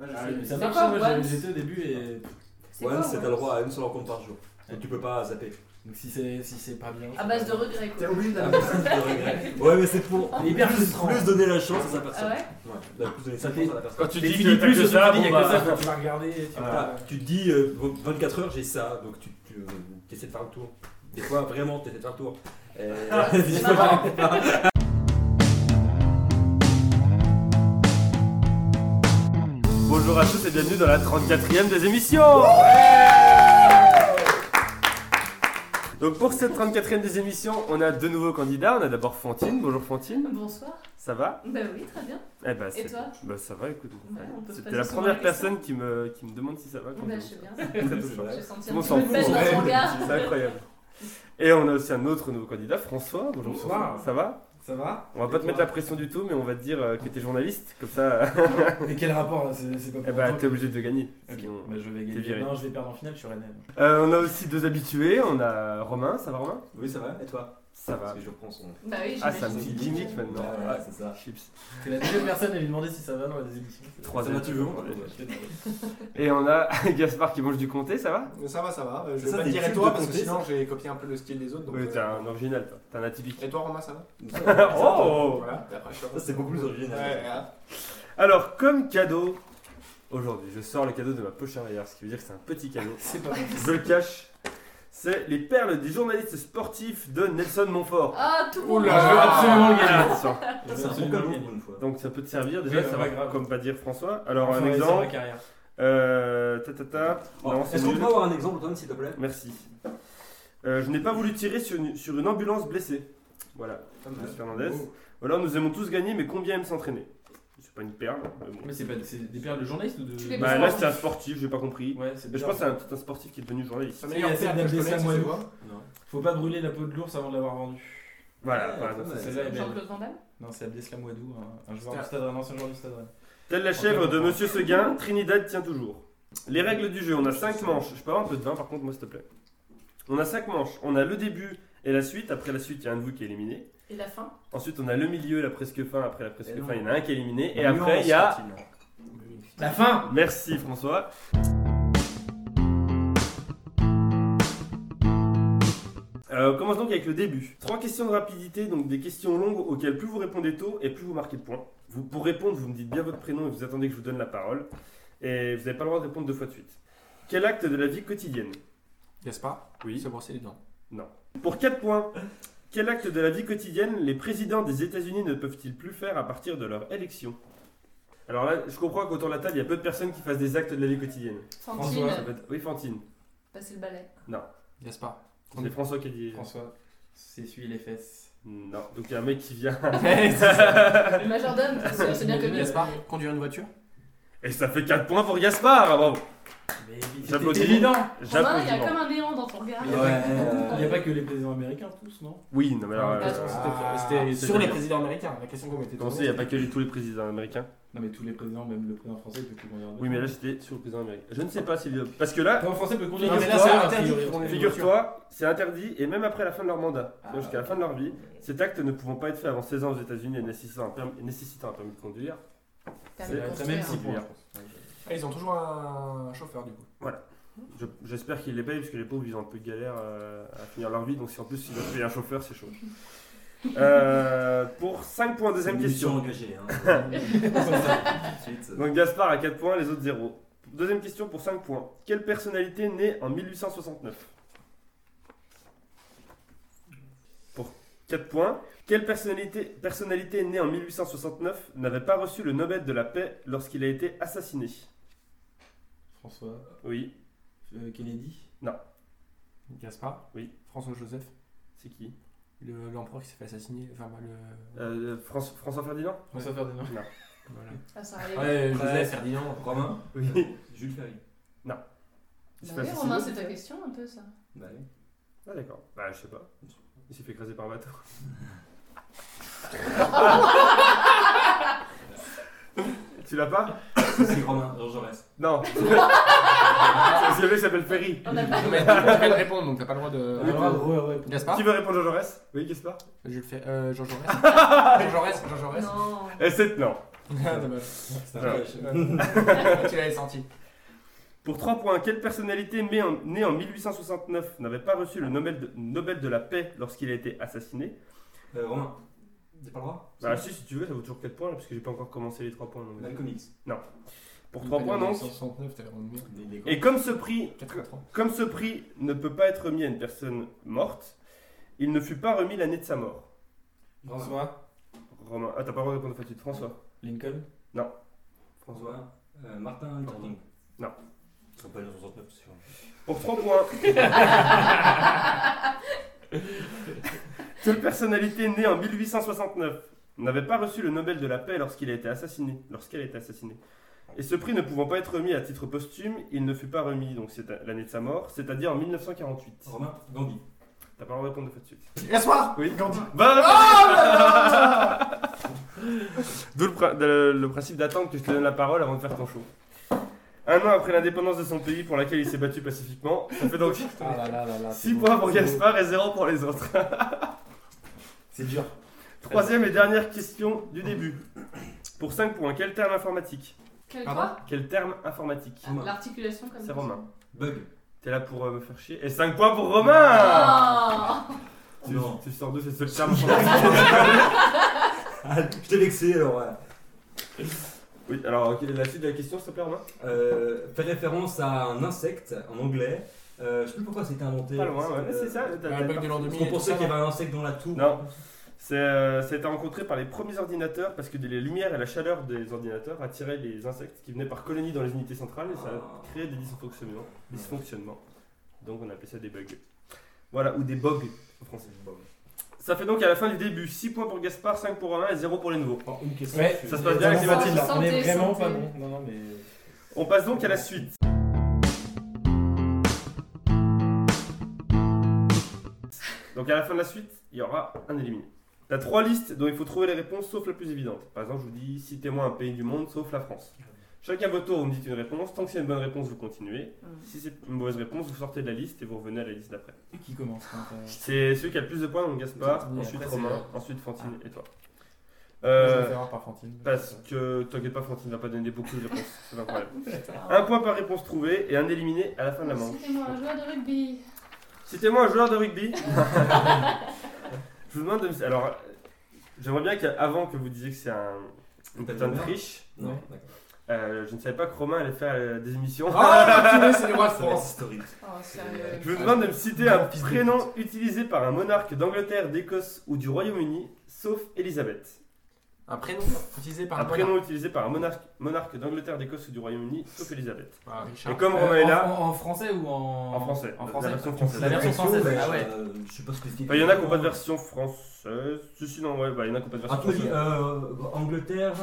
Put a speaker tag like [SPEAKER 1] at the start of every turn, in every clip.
[SPEAKER 1] Ouais, je
[SPEAKER 2] Ah,
[SPEAKER 1] sais.
[SPEAKER 2] mais ça
[SPEAKER 3] C'est
[SPEAKER 2] marche,
[SPEAKER 3] quoi,
[SPEAKER 2] moi j'avais-
[SPEAKER 3] once
[SPEAKER 2] j'étais au début et.
[SPEAKER 3] C'est
[SPEAKER 4] One,
[SPEAKER 3] quoi,
[SPEAKER 4] c'est
[SPEAKER 3] ouais
[SPEAKER 4] t'as le droit à une seule rencontre par jour. Donc tu peux pas zapper.
[SPEAKER 2] Donc si c'est si c'est pas bien.
[SPEAKER 3] À base de regrets
[SPEAKER 1] T'es
[SPEAKER 3] quoi.
[SPEAKER 1] obligé
[SPEAKER 4] Ah,
[SPEAKER 1] d'aller.
[SPEAKER 4] mais c'est de regret. Ouais, mais c'est pour
[SPEAKER 2] Ah, C'est hyper
[SPEAKER 4] plus,
[SPEAKER 2] frustrant.
[SPEAKER 4] plus donner la chance à sa
[SPEAKER 3] Ah
[SPEAKER 4] personne.
[SPEAKER 3] ouais
[SPEAKER 4] Ouais, bah, plus donner sa
[SPEAKER 2] Ça fait- Ah.
[SPEAKER 4] chance à la personne.
[SPEAKER 5] Quand tu
[SPEAKER 2] Mais
[SPEAKER 5] dis
[SPEAKER 2] tu
[SPEAKER 5] que t'as
[SPEAKER 2] dis
[SPEAKER 5] que
[SPEAKER 2] plus,
[SPEAKER 5] ça,
[SPEAKER 2] surtout, il y a
[SPEAKER 5] bon,
[SPEAKER 2] que ça,
[SPEAKER 5] bah,
[SPEAKER 2] quand tu vas regarder. tu vas-
[SPEAKER 4] Voilà, tu te dis euh, 24 heures j'ai ça, donc tu, tu euh, essaies de faire le tour. Des fois vraiment tu essaies de faire le tour. Euh,
[SPEAKER 3] c'est marrant.
[SPEAKER 5] Bonjour à tous et bienvenue dans la 34e des émissions Donc pour cette 34e des émissions, on a deux nouveaux candidats. On a d'abord Fantine. Bonjour Fantine,
[SPEAKER 3] Bonsoir.
[SPEAKER 5] ça va
[SPEAKER 3] Bah oui, très bien.
[SPEAKER 5] Eh ben,
[SPEAKER 3] Et
[SPEAKER 5] c'est-
[SPEAKER 3] toi
[SPEAKER 5] bah, ça va, écoute. mon
[SPEAKER 3] Ouais,
[SPEAKER 5] frère.
[SPEAKER 3] on peut se
[SPEAKER 5] C'était
[SPEAKER 3] poser
[SPEAKER 5] la
[SPEAKER 3] souvent la
[SPEAKER 5] première
[SPEAKER 3] question.
[SPEAKER 5] personne qui me, qui me demande si ça va. quand
[SPEAKER 3] Bah
[SPEAKER 5] je-
[SPEAKER 3] je sais bien. Je
[SPEAKER 5] Très, très touchant.
[SPEAKER 3] vais sentir
[SPEAKER 5] On
[SPEAKER 3] un
[SPEAKER 5] s'en
[SPEAKER 3] petit peu de
[SPEAKER 5] fout,
[SPEAKER 3] peine
[SPEAKER 5] on
[SPEAKER 3] dans
[SPEAKER 5] s'en
[SPEAKER 3] ton
[SPEAKER 5] fout.
[SPEAKER 3] regard.
[SPEAKER 5] C'est incroyable. Et on a aussi un autre nouveau candidat, François. Bonjour
[SPEAKER 2] Bonsoir.
[SPEAKER 5] François. Ça va
[SPEAKER 2] Ça va
[SPEAKER 5] On va pas te mettre la pression du tout, mais on va te dire euh, que t'es journaliste. Comme ça,
[SPEAKER 2] Et quel rapport là C'est c'est pas pour
[SPEAKER 5] eh ben,
[SPEAKER 2] autant
[SPEAKER 5] t'es
[SPEAKER 2] que-
[SPEAKER 5] obligé de gagner.
[SPEAKER 2] Ok,
[SPEAKER 5] Sinon-
[SPEAKER 2] bah, je vais
[SPEAKER 5] t'es
[SPEAKER 2] gagner.
[SPEAKER 5] viré.
[SPEAKER 2] Non, je vais perdre en finale, je suis Rennes.
[SPEAKER 5] Euh, on a aussi deux habitués. On a Romain. Ça va Romain
[SPEAKER 4] Oui ça va, et toi
[SPEAKER 5] Ça va.
[SPEAKER 4] Parce que je reprends son.
[SPEAKER 3] Bah oui,
[SPEAKER 5] Ah, c'est un
[SPEAKER 3] j'imagine.
[SPEAKER 5] petit gimmick maintenant. Ah,
[SPEAKER 4] Ouais, c'est ça.
[SPEAKER 5] Chips.
[SPEAKER 2] T'es la deuxième personne à lui demander si ça va dans les émissions.
[SPEAKER 5] Troisième.
[SPEAKER 4] Ça va, tu veux, on
[SPEAKER 5] Ouais.
[SPEAKER 4] peut-
[SPEAKER 5] Et on a Gaspard qui mange du comté, ça va
[SPEAKER 6] Mais Ça va, ça va. Euh, Je
[SPEAKER 4] Ça,
[SPEAKER 6] vais pas
[SPEAKER 4] des
[SPEAKER 6] te dire et
[SPEAKER 4] cubes
[SPEAKER 6] toi
[SPEAKER 4] de
[SPEAKER 6] parce que
[SPEAKER 4] comté,
[SPEAKER 6] sinon j'ai copié un peu le style des autres. Donc,
[SPEAKER 5] Oui,
[SPEAKER 6] euh,
[SPEAKER 5] t'es un original, toi. T'es un atypique.
[SPEAKER 6] Et toi, Romain, ça va
[SPEAKER 2] Ah,
[SPEAKER 5] oh
[SPEAKER 6] Voilà. Et après, je te
[SPEAKER 4] Ça
[SPEAKER 6] remercie.
[SPEAKER 4] c'est beaucoup plus
[SPEAKER 6] Ouais,
[SPEAKER 4] original.
[SPEAKER 6] ouais, hein.
[SPEAKER 5] Alors, comme cadeau, aujourd'hui, je sors le cadeau de ma poche arrière, ce qui veut dire que c'est un petit cadeau.
[SPEAKER 2] C'est pas
[SPEAKER 5] je le cache. C'est les perles des journalistes sportifs de Nelson Montfort.
[SPEAKER 3] Ah, tout le monde.
[SPEAKER 6] Oula.
[SPEAKER 3] mange.
[SPEAKER 2] absolument le gagner.
[SPEAKER 5] Ah, tiens.
[SPEAKER 4] Ça, C'est un bon cadeau pour une fois.
[SPEAKER 5] Donc ça peut te servir déjà,
[SPEAKER 2] Oui,
[SPEAKER 5] ça va
[SPEAKER 2] bah, pas grave.
[SPEAKER 5] comme pas dire François. Alors
[SPEAKER 2] Enfin,
[SPEAKER 5] un
[SPEAKER 2] ouais, c'est ma
[SPEAKER 5] exemple,
[SPEAKER 2] carrière.
[SPEAKER 5] euh, ta ta ta.
[SPEAKER 4] Oh,
[SPEAKER 5] Non, c'est
[SPEAKER 4] Est-ce qu'on
[SPEAKER 5] nul.
[SPEAKER 4] peut avoir un exemple Antoine s'il te plaît
[SPEAKER 5] Merci. Euh, je n'ai pas voulu tirer sur une, sur une ambulance blessée. Voilà, Luis Fernandez.
[SPEAKER 2] Oh.
[SPEAKER 5] Voilà, nous aimons tous gagner, mais combien aime s'entraîner C'est pas une perle. mais bon.
[SPEAKER 2] Mais c'est pas c'est des perles de journalistes ou de.
[SPEAKER 3] Tu les
[SPEAKER 5] Bah,
[SPEAKER 3] mets
[SPEAKER 5] là, c'est un sportif, j'ai pas compris.
[SPEAKER 2] Ouais, c'est
[SPEAKER 5] Mais je
[SPEAKER 2] bizarre.
[SPEAKER 5] pense que c'est un- peut-être un sportif qui est devenu journaliste.
[SPEAKER 6] Ça
[SPEAKER 2] Il y a
[SPEAKER 6] m'énerve
[SPEAKER 2] celle
[SPEAKER 6] pas, que je
[SPEAKER 2] d'Abdeslam
[SPEAKER 6] connais, ça se
[SPEAKER 2] Ouailou.
[SPEAKER 6] voit.
[SPEAKER 2] Faut pas brûler la peau de l'ours avant de l'avoir vendue.
[SPEAKER 5] Voilà,
[SPEAKER 4] Ouais,
[SPEAKER 5] par
[SPEAKER 4] pas
[SPEAKER 5] exemple,
[SPEAKER 4] mal.
[SPEAKER 5] c'est
[SPEAKER 2] Celle-là est belle.
[SPEAKER 3] Jean-Claude Van Damme
[SPEAKER 2] Non, c'est Abdeslam Ouadou, hein. un, un joueur
[SPEAKER 6] C'était
[SPEAKER 2] du
[SPEAKER 6] un-
[SPEAKER 2] stade Rennes, un ancien joueur du stade Rennes.
[SPEAKER 5] Telle la chèvre de Monsieur Seguin, Trinidad tient toujours. Les règles du jeu, on a 5 manches. Je peux avoir un peu de vin par contre, moi s'il te plaît. On a 5 manches. On a le début et la suite. Après la suite, il y a un de vous qui est éliminé.
[SPEAKER 3] et la fin.
[SPEAKER 5] Ensuite, on a le milieu, la presque fin. Après la presque
[SPEAKER 4] Et non.
[SPEAKER 5] fin, il y en a un qui est éliminé. Et
[SPEAKER 4] Nuance,
[SPEAKER 5] après, il y a.
[SPEAKER 4] Martine.
[SPEAKER 2] La fin
[SPEAKER 5] Merci François. Euh, on commence donc avec le début. Trois questions de rapidité, donc des questions longues auxquelles plus vous répondez tôt et plus vous marquez de points. Vous, pour répondre, vous me dites bien votre prénom et vous attendez que je vous donne la parole. Et vous n'avez pas le droit de répondre deux fois de suite. Quel acte de la vie quotidienne
[SPEAKER 6] Gaspard
[SPEAKER 5] Oui.
[SPEAKER 6] Se brosser les dents.
[SPEAKER 5] Pour 4 points, quel acte de la vie quotidienne les présidents des États-Unis ne peuvent-ils plus faire à partir de leur élection Alors là, je comprends qu'autour de la table, il y a peu de personnes qui fassent des actes de la vie quotidienne.
[SPEAKER 3] Fantine,
[SPEAKER 5] Ça peut être- Oui, Fantine.
[SPEAKER 3] passer le balai.
[SPEAKER 6] Gaspard.
[SPEAKER 5] C'est François qui a dit.
[SPEAKER 2] François s'essuie les fesses.
[SPEAKER 5] Non, donc il y a un mec qui vient.
[SPEAKER 3] Le majordome, c'est sûr, Ah, c'est bien connu.
[SPEAKER 6] Gaspard, conduire une voiture
[SPEAKER 5] Et ça fait 4 points pour Gaspard ah, Bravo
[SPEAKER 2] Mais
[SPEAKER 5] J'applaudis.
[SPEAKER 2] c'était évident
[SPEAKER 3] Romain, il y
[SPEAKER 5] J'applaudis.
[SPEAKER 3] a comme
[SPEAKER 5] bravo.
[SPEAKER 3] un néant dans ton regard.
[SPEAKER 2] Ouais. euh, Il n'y a pas que les présidents américains, tous, non
[SPEAKER 5] Oui, non mais alors.
[SPEAKER 3] Ah,
[SPEAKER 5] Euh,
[SPEAKER 6] Ah,
[SPEAKER 5] c'était- c'était
[SPEAKER 6] Sur les
[SPEAKER 5] bien.
[SPEAKER 6] présidents américains, la question qu'on m'était
[SPEAKER 5] comment ça, il n'y a pas que les- tous les présidents américains
[SPEAKER 2] Non, mais tous les présidents, même le président français, peut plus conduire.
[SPEAKER 5] Oui, mais là j'étais sur le président américain. Je ne sais pas s'il. Parce que là,
[SPEAKER 2] Le président français peut conduire.
[SPEAKER 6] Non, mais là,
[SPEAKER 2] une
[SPEAKER 6] c'est
[SPEAKER 2] voiture,
[SPEAKER 6] interdit.
[SPEAKER 2] a priori.
[SPEAKER 6] On est-
[SPEAKER 5] figure-toi, c'est interdit et même après la fin de leur mandat,
[SPEAKER 2] Ah.
[SPEAKER 5] donc jusqu'à la fin de leur vie, cet acte ne pouvant pas être fait avant 16 ans aux États-Unis et nécessitant un permis, nécessitant un permis de conduire.
[SPEAKER 3] Permis de
[SPEAKER 5] C'est-
[SPEAKER 2] C'est
[SPEAKER 3] construire.
[SPEAKER 2] même six points, je
[SPEAKER 5] Conduire.
[SPEAKER 2] pense.
[SPEAKER 6] Ah, ils ont toujours un chauffeur du coup.
[SPEAKER 5] Je- J'espère qu'ils les payent parce que les pauvres ils ont un peu de galère euh, à finir leur vie donc si en plus ils doivent payer un chauffeur c'est chaud. Euh, pour 5 points, deuxième
[SPEAKER 4] Une mission
[SPEAKER 5] question.
[SPEAKER 4] engagée. hein. Ensuite, euh,
[SPEAKER 5] Donc Gaspard à 4 points, les autres 0. Deuxième question pour 5 points. Quelle personnalité née en 1869 Pour 4 points. Quelle personnalité, personnalité née en 1869 n'avait pas reçu le Nobel de la paix lorsqu'il a été assassiné
[SPEAKER 2] François,
[SPEAKER 5] Oui,
[SPEAKER 2] euh, Kennedy.
[SPEAKER 6] Gaspard
[SPEAKER 5] Oui.
[SPEAKER 6] François Joseph
[SPEAKER 5] c'est qui
[SPEAKER 6] le- L'empereur qui s'est fait assassiner. Enfin, bah, le.
[SPEAKER 5] Euh, France- François Ferdinand
[SPEAKER 3] Bah
[SPEAKER 2] François Ferdinand.
[SPEAKER 6] Voilà.
[SPEAKER 3] Ah, ça arrive.
[SPEAKER 6] Ouais,
[SPEAKER 4] Ouais.
[SPEAKER 6] Joseph, Ferdinand.
[SPEAKER 4] Romain
[SPEAKER 5] Oui.
[SPEAKER 4] Jules Ferry.
[SPEAKER 5] C'est
[SPEAKER 3] Bah oui,
[SPEAKER 5] pas
[SPEAKER 3] Romain, c'est
[SPEAKER 5] assassiné
[SPEAKER 3] ta question un peu ça.
[SPEAKER 4] Bah oui.
[SPEAKER 5] Ah d'accord. Bah je sais pas. Il s'est fait écraser par un bateau. tu l'as pas
[SPEAKER 4] C'est Euh, Romain, Jean Jaurès.
[SPEAKER 5] Non. Parce que le mec s'appelle Ferry.
[SPEAKER 3] On n'a pas.
[SPEAKER 6] Non, mais tu peux de répondre donc t'as pas le droit de.
[SPEAKER 2] Ah, ouais, ouais, ouais.
[SPEAKER 6] Gaspard
[SPEAKER 5] Qui veut répondre à Jean Jaurès Oui, Gaspard
[SPEAKER 6] Je le fais. Euh, Jean Jaurès. Jean Jaurès, Jean Jaurès.
[SPEAKER 3] Non.
[SPEAKER 5] Et Eh, c'est non.
[SPEAKER 6] Ah, dommage.
[SPEAKER 4] C'est un
[SPEAKER 5] Alors.
[SPEAKER 4] piège.
[SPEAKER 6] tu l'avais senti.
[SPEAKER 5] Pour 3 points, quelle personnalité née en, née en 1869 n'avait pas reçu le Nobel de, Nobel de la paix lorsqu'il a été assassiné
[SPEAKER 4] Euh, Romain, t'as pas le droit
[SPEAKER 5] Bah si, si tu veux, ça vaut toujours 4 points, là, parce que j'ai pas encore commencé les 3 points. donc.
[SPEAKER 4] Malcolm X.
[SPEAKER 5] Pour 3 points, donc.
[SPEAKER 6] 69, t'avais rendu bien.
[SPEAKER 2] Il est con.
[SPEAKER 5] Et comme ce prix
[SPEAKER 6] 83.
[SPEAKER 5] Comme ce prix ne peut pas être remis à une personne morte, il ne fut pas remis l'année de sa mort.
[SPEAKER 2] François
[SPEAKER 5] Romain, ah t'as pas le droit de répondre tout de suite. François.
[SPEAKER 2] Lincoln
[SPEAKER 4] François, euh, Martin Luther King.
[SPEAKER 5] Non.
[SPEAKER 4] Ils sont pas allés en 69, c'est sûr.
[SPEAKER 5] Pour 3 points. Quelle personnalité née en 1869 n'avait pas reçu le Nobel de la paix lorsqu'il a été assassiné, lorsqu'elle a été assassinée. Et ce prix ne pouvant pas être remis à titre posthume, il ne fut pas remis donc c'est à- l'année de sa mort, c'est-à-dire en 1948.
[SPEAKER 4] Romain, Gandhi.
[SPEAKER 5] T'as pas le droit de répondre de suite.
[SPEAKER 6] L'asseoir
[SPEAKER 5] Oui.
[SPEAKER 6] Gandhi.
[SPEAKER 5] Bah, D'où le, pri- de- le principe d'attendre que je te donne la parole avant de faire ton show. Un an après l'indépendance de son pays pour laquelle il s'est battu pacifiquement, ça fait donc
[SPEAKER 2] Ah là là là là.
[SPEAKER 5] 6 points pour Gaspard et 0 pour les autres.
[SPEAKER 2] C'est dur.
[SPEAKER 5] Troisième et dernière question du début. Pour 5 points, quel terme informatique
[SPEAKER 3] Quel
[SPEAKER 6] Pardon
[SPEAKER 3] quoi
[SPEAKER 5] Quel terme informatique
[SPEAKER 4] Romain.
[SPEAKER 3] L'articulation comme
[SPEAKER 5] C'est Romain.
[SPEAKER 4] Bug.
[SPEAKER 5] T'es là pour euh, me faire chier. Et 5 points pour Romain
[SPEAKER 3] Ah
[SPEAKER 5] tu,
[SPEAKER 4] Non.
[SPEAKER 5] tu sors d'où c'est ce terme informatique
[SPEAKER 4] Ah, je t'ai vexé alors. ouais.
[SPEAKER 5] Oui, alors ok, la suite de la question, s'il te plaît, Romain
[SPEAKER 4] Euh, fait référence à un insecte en anglais. Euh, je sais plus pourquoi c'était inventé.
[SPEAKER 5] Pas loin, ouais,
[SPEAKER 4] Euh,
[SPEAKER 5] c'est ça. t'as-
[SPEAKER 6] La
[SPEAKER 5] t'as-
[SPEAKER 6] bug de l'an
[SPEAKER 4] Parce
[SPEAKER 6] 2000.
[SPEAKER 4] qu'on pensait
[SPEAKER 6] tout
[SPEAKER 4] qu'il y
[SPEAKER 6] ça,
[SPEAKER 4] avait un insecte dans la tour.
[SPEAKER 5] Non. C'est, euh, ça a été rencontré par les premiers ordinateurs parce que les lumières et la chaleur des ordinateurs attiraient les insectes qui venaient par colonies dans les unités centrales et ça
[SPEAKER 4] Ah.
[SPEAKER 5] a créé des dysfonctionnements. dysfonctionnements. Donc on appelait ça des bugs. Voilà, ou des bugs en français. Ça fait donc à la fin du début 6 points pour Gaspard, 5 pour Romain et 0 pour les nouveaux.
[SPEAKER 2] Bon, une question.
[SPEAKER 6] Ouais,
[SPEAKER 5] ça se passe bien avec les
[SPEAKER 2] Santé,
[SPEAKER 5] Mathilde.
[SPEAKER 2] On est
[SPEAKER 3] Santé,
[SPEAKER 2] vraiment
[SPEAKER 3] santé.
[SPEAKER 2] pas bon. Non, non, mais.
[SPEAKER 5] On passe donc à la suite. Donc à la fin de la suite, il y aura un éliminé. T'as trois listes dont il faut trouver les réponses sauf la plus évidente. Par exemple, je vous dis citez-moi un pays du monde sauf la France. Chacun à votre tour, vous me dites une réponse. Tant que c'est une bonne réponse, vous continuez.
[SPEAKER 3] Hum,
[SPEAKER 5] Si c'est une mauvaise réponse, vous sortez de la liste et vous revenez à la liste d'après.
[SPEAKER 2] Qui commence hein, ça-
[SPEAKER 5] C'est celui qui a le plus de points, donc Gaspard,
[SPEAKER 6] Fantine,
[SPEAKER 5] ensuite
[SPEAKER 6] après, c'est
[SPEAKER 5] Romain,
[SPEAKER 6] moi.
[SPEAKER 5] ensuite Fantine et toi.
[SPEAKER 2] Ah. Je vais
[SPEAKER 5] Euh,
[SPEAKER 2] faire voir par Fantine.
[SPEAKER 5] parce que t'inquiète pas, Fantine va pas donner beaucoup de réponses. C'est pas un problème. Un point par réponse trouvée et un éliminé à la fin de la manche.
[SPEAKER 3] C'était moi un joueur de rugby.
[SPEAKER 5] Citez-moi un joueur de rugby. je vous demande de me- Alors, euh, j'aimerais bien qu'avant que vous disiez que c'est un, une putain de triche,
[SPEAKER 4] Non,
[SPEAKER 2] Ouais.
[SPEAKER 4] d'accord.
[SPEAKER 5] euh, je ne savais pas que Romain allait faire euh, des émissions.
[SPEAKER 6] Ah, l'enculé, c'est le roi de France.
[SPEAKER 4] historique.
[SPEAKER 3] Oh, sérieux.
[SPEAKER 5] Je vous demande de me citer un prénom utilisé par un monarque d'Angleterre, d'Écosse ou du Royaume-Uni, sauf Elisabeth.
[SPEAKER 6] Un prénom utilisé par
[SPEAKER 5] Un
[SPEAKER 6] un
[SPEAKER 5] prénom utilisé par un monarque, monarque d'Angleterre, d'Écosse ou du Royaume-Uni, sauf Elisabeth.
[SPEAKER 6] Ah, Richard.
[SPEAKER 5] Et comme
[SPEAKER 2] Euh,
[SPEAKER 5] Romain est
[SPEAKER 2] en-
[SPEAKER 5] là,
[SPEAKER 2] En, en français ou en.
[SPEAKER 5] en français,
[SPEAKER 2] En
[SPEAKER 5] la
[SPEAKER 2] français.
[SPEAKER 5] version française.
[SPEAKER 6] La version française,
[SPEAKER 4] Ouais,
[SPEAKER 6] ah ouais.
[SPEAKER 4] euh, Je sais pas ce que c'est.
[SPEAKER 5] Bah, Il y en a qui n'ont pas de
[SPEAKER 1] euh,
[SPEAKER 5] version française. Si, si, non, ouais, bah, il y en a qui n'ont pas de version
[SPEAKER 4] Ah, tu m'as dit,
[SPEAKER 5] française.
[SPEAKER 4] euh, Angleterre,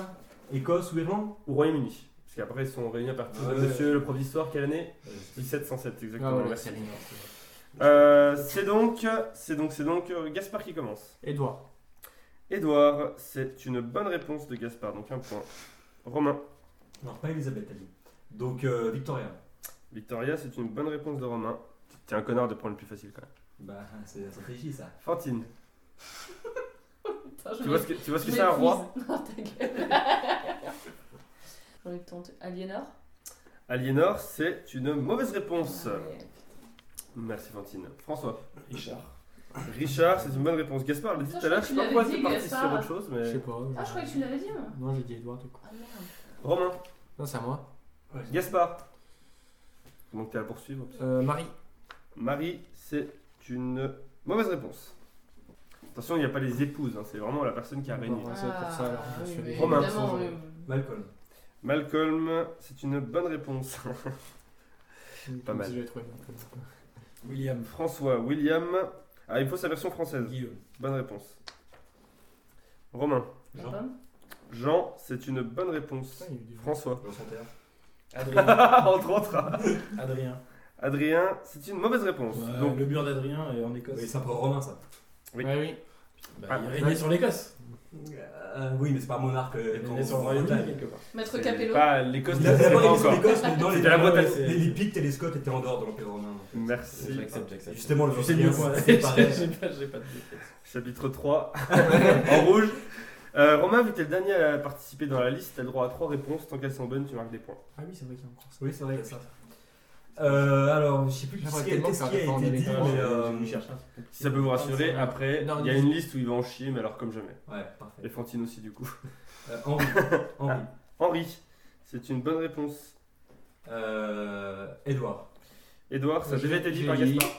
[SPEAKER 4] Écosse ou Irlande
[SPEAKER 5] Au Royaume-Uni. Parce qu'après, ils sont réunis à partir
[SPEAKER 4] Ouais.
[SPEAKER 5] de monsieur le prof d'histoire, quelle année
[SPEAKER 4] Euh,
[SPEAKER 5] 1707,
[SPEAKER 6] Ah,
[SPEAKER 5] exactement.
[SPEAKER 6] voilà,
[SPEAKER 5] merci.
[SPEAKER 6] c'est Richard.
[SPEAKER 5] Euh, c'est donc, c'est donc, c'est donc euh, Gaspard qui commence.
[SPEAKER 6] Edouard.
[SPEAKER 5] Édouard, c'est une bonne réponse de Gaspard, donc un point. Romain,
[SPEAKER 4] Non, pas Elisabeth, t'as dit. Donc, euh, Victoria.
[SPEAKER 5] Victoria, c'est une bonne réponse de Romain. T'es un connard de prendre le plus facile quand même.
[SPEAKER 4] Bah, c'est la stratégie ça.
[SPEAKER 5] Fantine,
[SPEAKER 3] Putain, je
[SPEAKER 5] tu vois
[SPEAKER 3] m'é-
[SPEAKER 5] ce que, tu vois ce
[SPEAKER 3] je
[SPEAKER 5] que c'est un roi
[SPEAKER 3] m'épuise. Non, ta gueule. J'ai envie de tenter. Aliénor
[SPEAKER 5] Aliénor, c'est une mauvaise réponse.
[SPEAKER 3] Ah, mais-
[SPEAKER 5] Merci Fantine. François,
[SPEAKER 2] Richard.
[SPEAKER 5] Richard, c'est une bonne réponse. Gaspard l'a dit
[SPEAKER 3] Ça,
[SPEAKER 5] tout à l'heure, je
[SPEAKER 3] je
[SPEAKER 5] sais
[SPEAKER 3] crois
[SPEAKER 5] pas
[SPEAKER 3] que tu
[SPEAKER 5] pourquoi
[SPEAKER 3] l'avais
[SPEAKER 5] c'est parti
[SPEAKER 3] dit,
[SPEAKER 5] sur
[SPEAKER 3] Gaspard.
[SPEAKER 5] autre chose,
[SPEAKER 6] Je sais
[SPEAKER 5] mais.
[SPEAKER 6] pas. euh,
[SPEAKER 3] Ah, je croyais que tu l'avais dit, moi.
[SPEAKER 6] Non, j'ai dit Edouard, du coup.
[SPEAKER 3] Ah merde.
[SPEAKER 5] Romain,
[SPEAKER 6] Non, c'est à moi.
[SPEAKER 5] Gaspard. Donc t'es à poursuivre.
[SPEAKER 6] Euh, Marie.
[SPEAKER 5] Marie, c'est une mauvaise réponse. Attention, il n'y a pas les épouses, hein, c'est vraiment la personne qui a régné.
[SPEAKER 6] Bon, ouais, c'est pour ça, alors, je
[SPEAKER 3] Ah, oui,
[SPEAKER 6] suis
[SPEAKER 3] mais
[SPEAKER 6] allé-
[SPEAKER 5] Romain.
[SPEAKER 3] évidemment,
[SPEAKER 6] Sans-
[SPEAKER 3] euh,
[SPEAKER 4] Malcolm.
[SPEAKER 5] Malcolm, c'est une bonne réponse. Pas mal.
[SPEAKER 6] Si j'avais trouvé.
[SPEAKER 2] William.
[SPEAKER 5] François, William. Ah, il faut sa version française.
[SPEAKER 2] Guillaume.
[SPEAKER 5] Bonne réponse. Romain,
[SPEAKER 3] la
[SPEAKER 4] Jean.
[SPEAKER 3] pomme.
[SPEAKER 5] Jean, c'est une bonne réponse.
[SPEAKER 6] Putain, il y a eu du vent.
[SPEAKER 5] François.
[SPEAKER 4] Jean Santerre.
[SPEAKER 2] Adrien.
[SPEAKER 5] Entre autres.
[SPEAKER 2] Adrien.
[SPEAKER 5] Adrien, c'est une mauvaise réponse.
[SPEAKER 2] Ouais,
[SPEAKER 5] Donc,
[SPEAKER 2] le mur d'Adrien euh, en Écosse.
[SPEAKER 4] Oui, c'est un peu romain ça.
[SPEAKER 5] Oui.
[SPEAKER 6] Ouais, oui.
[SPEAKER 2] Bah,
[SPEAKER 5] Ah,
[SPEAKER 2] il régnait
[SPEAKER 6] ouais.
[SPEAKER 2] sur l'Écosse.
[SPEAKER 4] Euh, oui, mais c'est pas un monarque.
[SPEAKER 2] Il
[SPEAKER 4] euh,
[SPEAKER 2] régnait sur le
[SPEAKER 4] en
[SPEAKER 2] Royaume-Uni
[SPEAKER 4] Bretagne.
[SPEAKER 2] quelque part.
[SPEAKER 3] Maître
[SPEAKER 5] c'est
[SPEAKER 3] Capello.
[SPEAKER 5] pas l'Écosse,
[SPEAKER 4] Il a
[SPEAKER 5] c'est pas
[SPEAKER 4] d'abord été
[SPEAKER 5] encore.
[SPEAKER 4] l'Écosse, mais non, les,
[SPEAKER 5] C'était la Bretagne.
[SPEAKER 4] les, les Pictes et les Scots étaient en dehors de l'Empire romain.
[SPEAKER 5] Merci.
[SPEAKER 2] J'accepte, j'accepte.
[SPEAKER 4] Justement, le
[SPEAKER 2] Tu sais mieux que
[SPEAKER 4] Européen,
[SPEAKER 2] moi.
[SPEAKER 4] c'est
[SPEAKER 2] J'ai
[SPEAKER 4] pareil.
[SPEAKER 2] j'ai pas, j'ai pas de défaite.
[SPEAKER 5] Chapitre 3, en rouge. Euh, Romain, vu que t'es le dernier à participer dans la liste, t'as le droit à 3 réponses. Tant qu'elles sont bonnes, tu marques des points.
[SPEAKER 6] Ah oui, c'est vrai qu'il y a encore ça.
[SPEAKER 1] Oui, c'est vrai que ça. Euh, alors, je sais plus
[SPEAKER 6] J'aimerais
[SPEAKER 1] ce qui a,
[SPEAKER 6] tellement
[SPEAKER 1] qu'est-ce
[SPEAKER 6] faire
[SPEAKER 1] qui a
[SPEAKER 6] des
[SPEAKER 1] été dit,
[SPEAKER 6] formes
[SPEAKER 1] mais.
[SPEAKER 2] Je
[SPEAKER 1] euh,
[SPEAKER 2] vous cherche un.
[SPEAKER 5] Si ça peut vous rassurer, après,
[SPEAKER 1] Non,
[SPEAKER 5] il y a
[SPEAKER 1] mais-
[SPEAKER 5] une liste où il va en chier, mais alors comme jamais.
[SPEAKER 1] Ouais, parfait.
[SPEAKER 5] Et Fantine aussi, du coup.
[SPEAKER 1] Euh, Henri. Henri.
[SPEAKER 5] Henri, c'est une bonne réponse.
[SPEAKER 1] Euh, Edouard.
[SPEAKER 5] Edouard, ça
[SPEAKER 6] J'ai-
[SPEAKER 5] devait être dit
[SPEAKER 6] j'ai
[SPEAKER 5] par
[SPEAKER 6] dit-
[SPEAKER 5] Gaspard.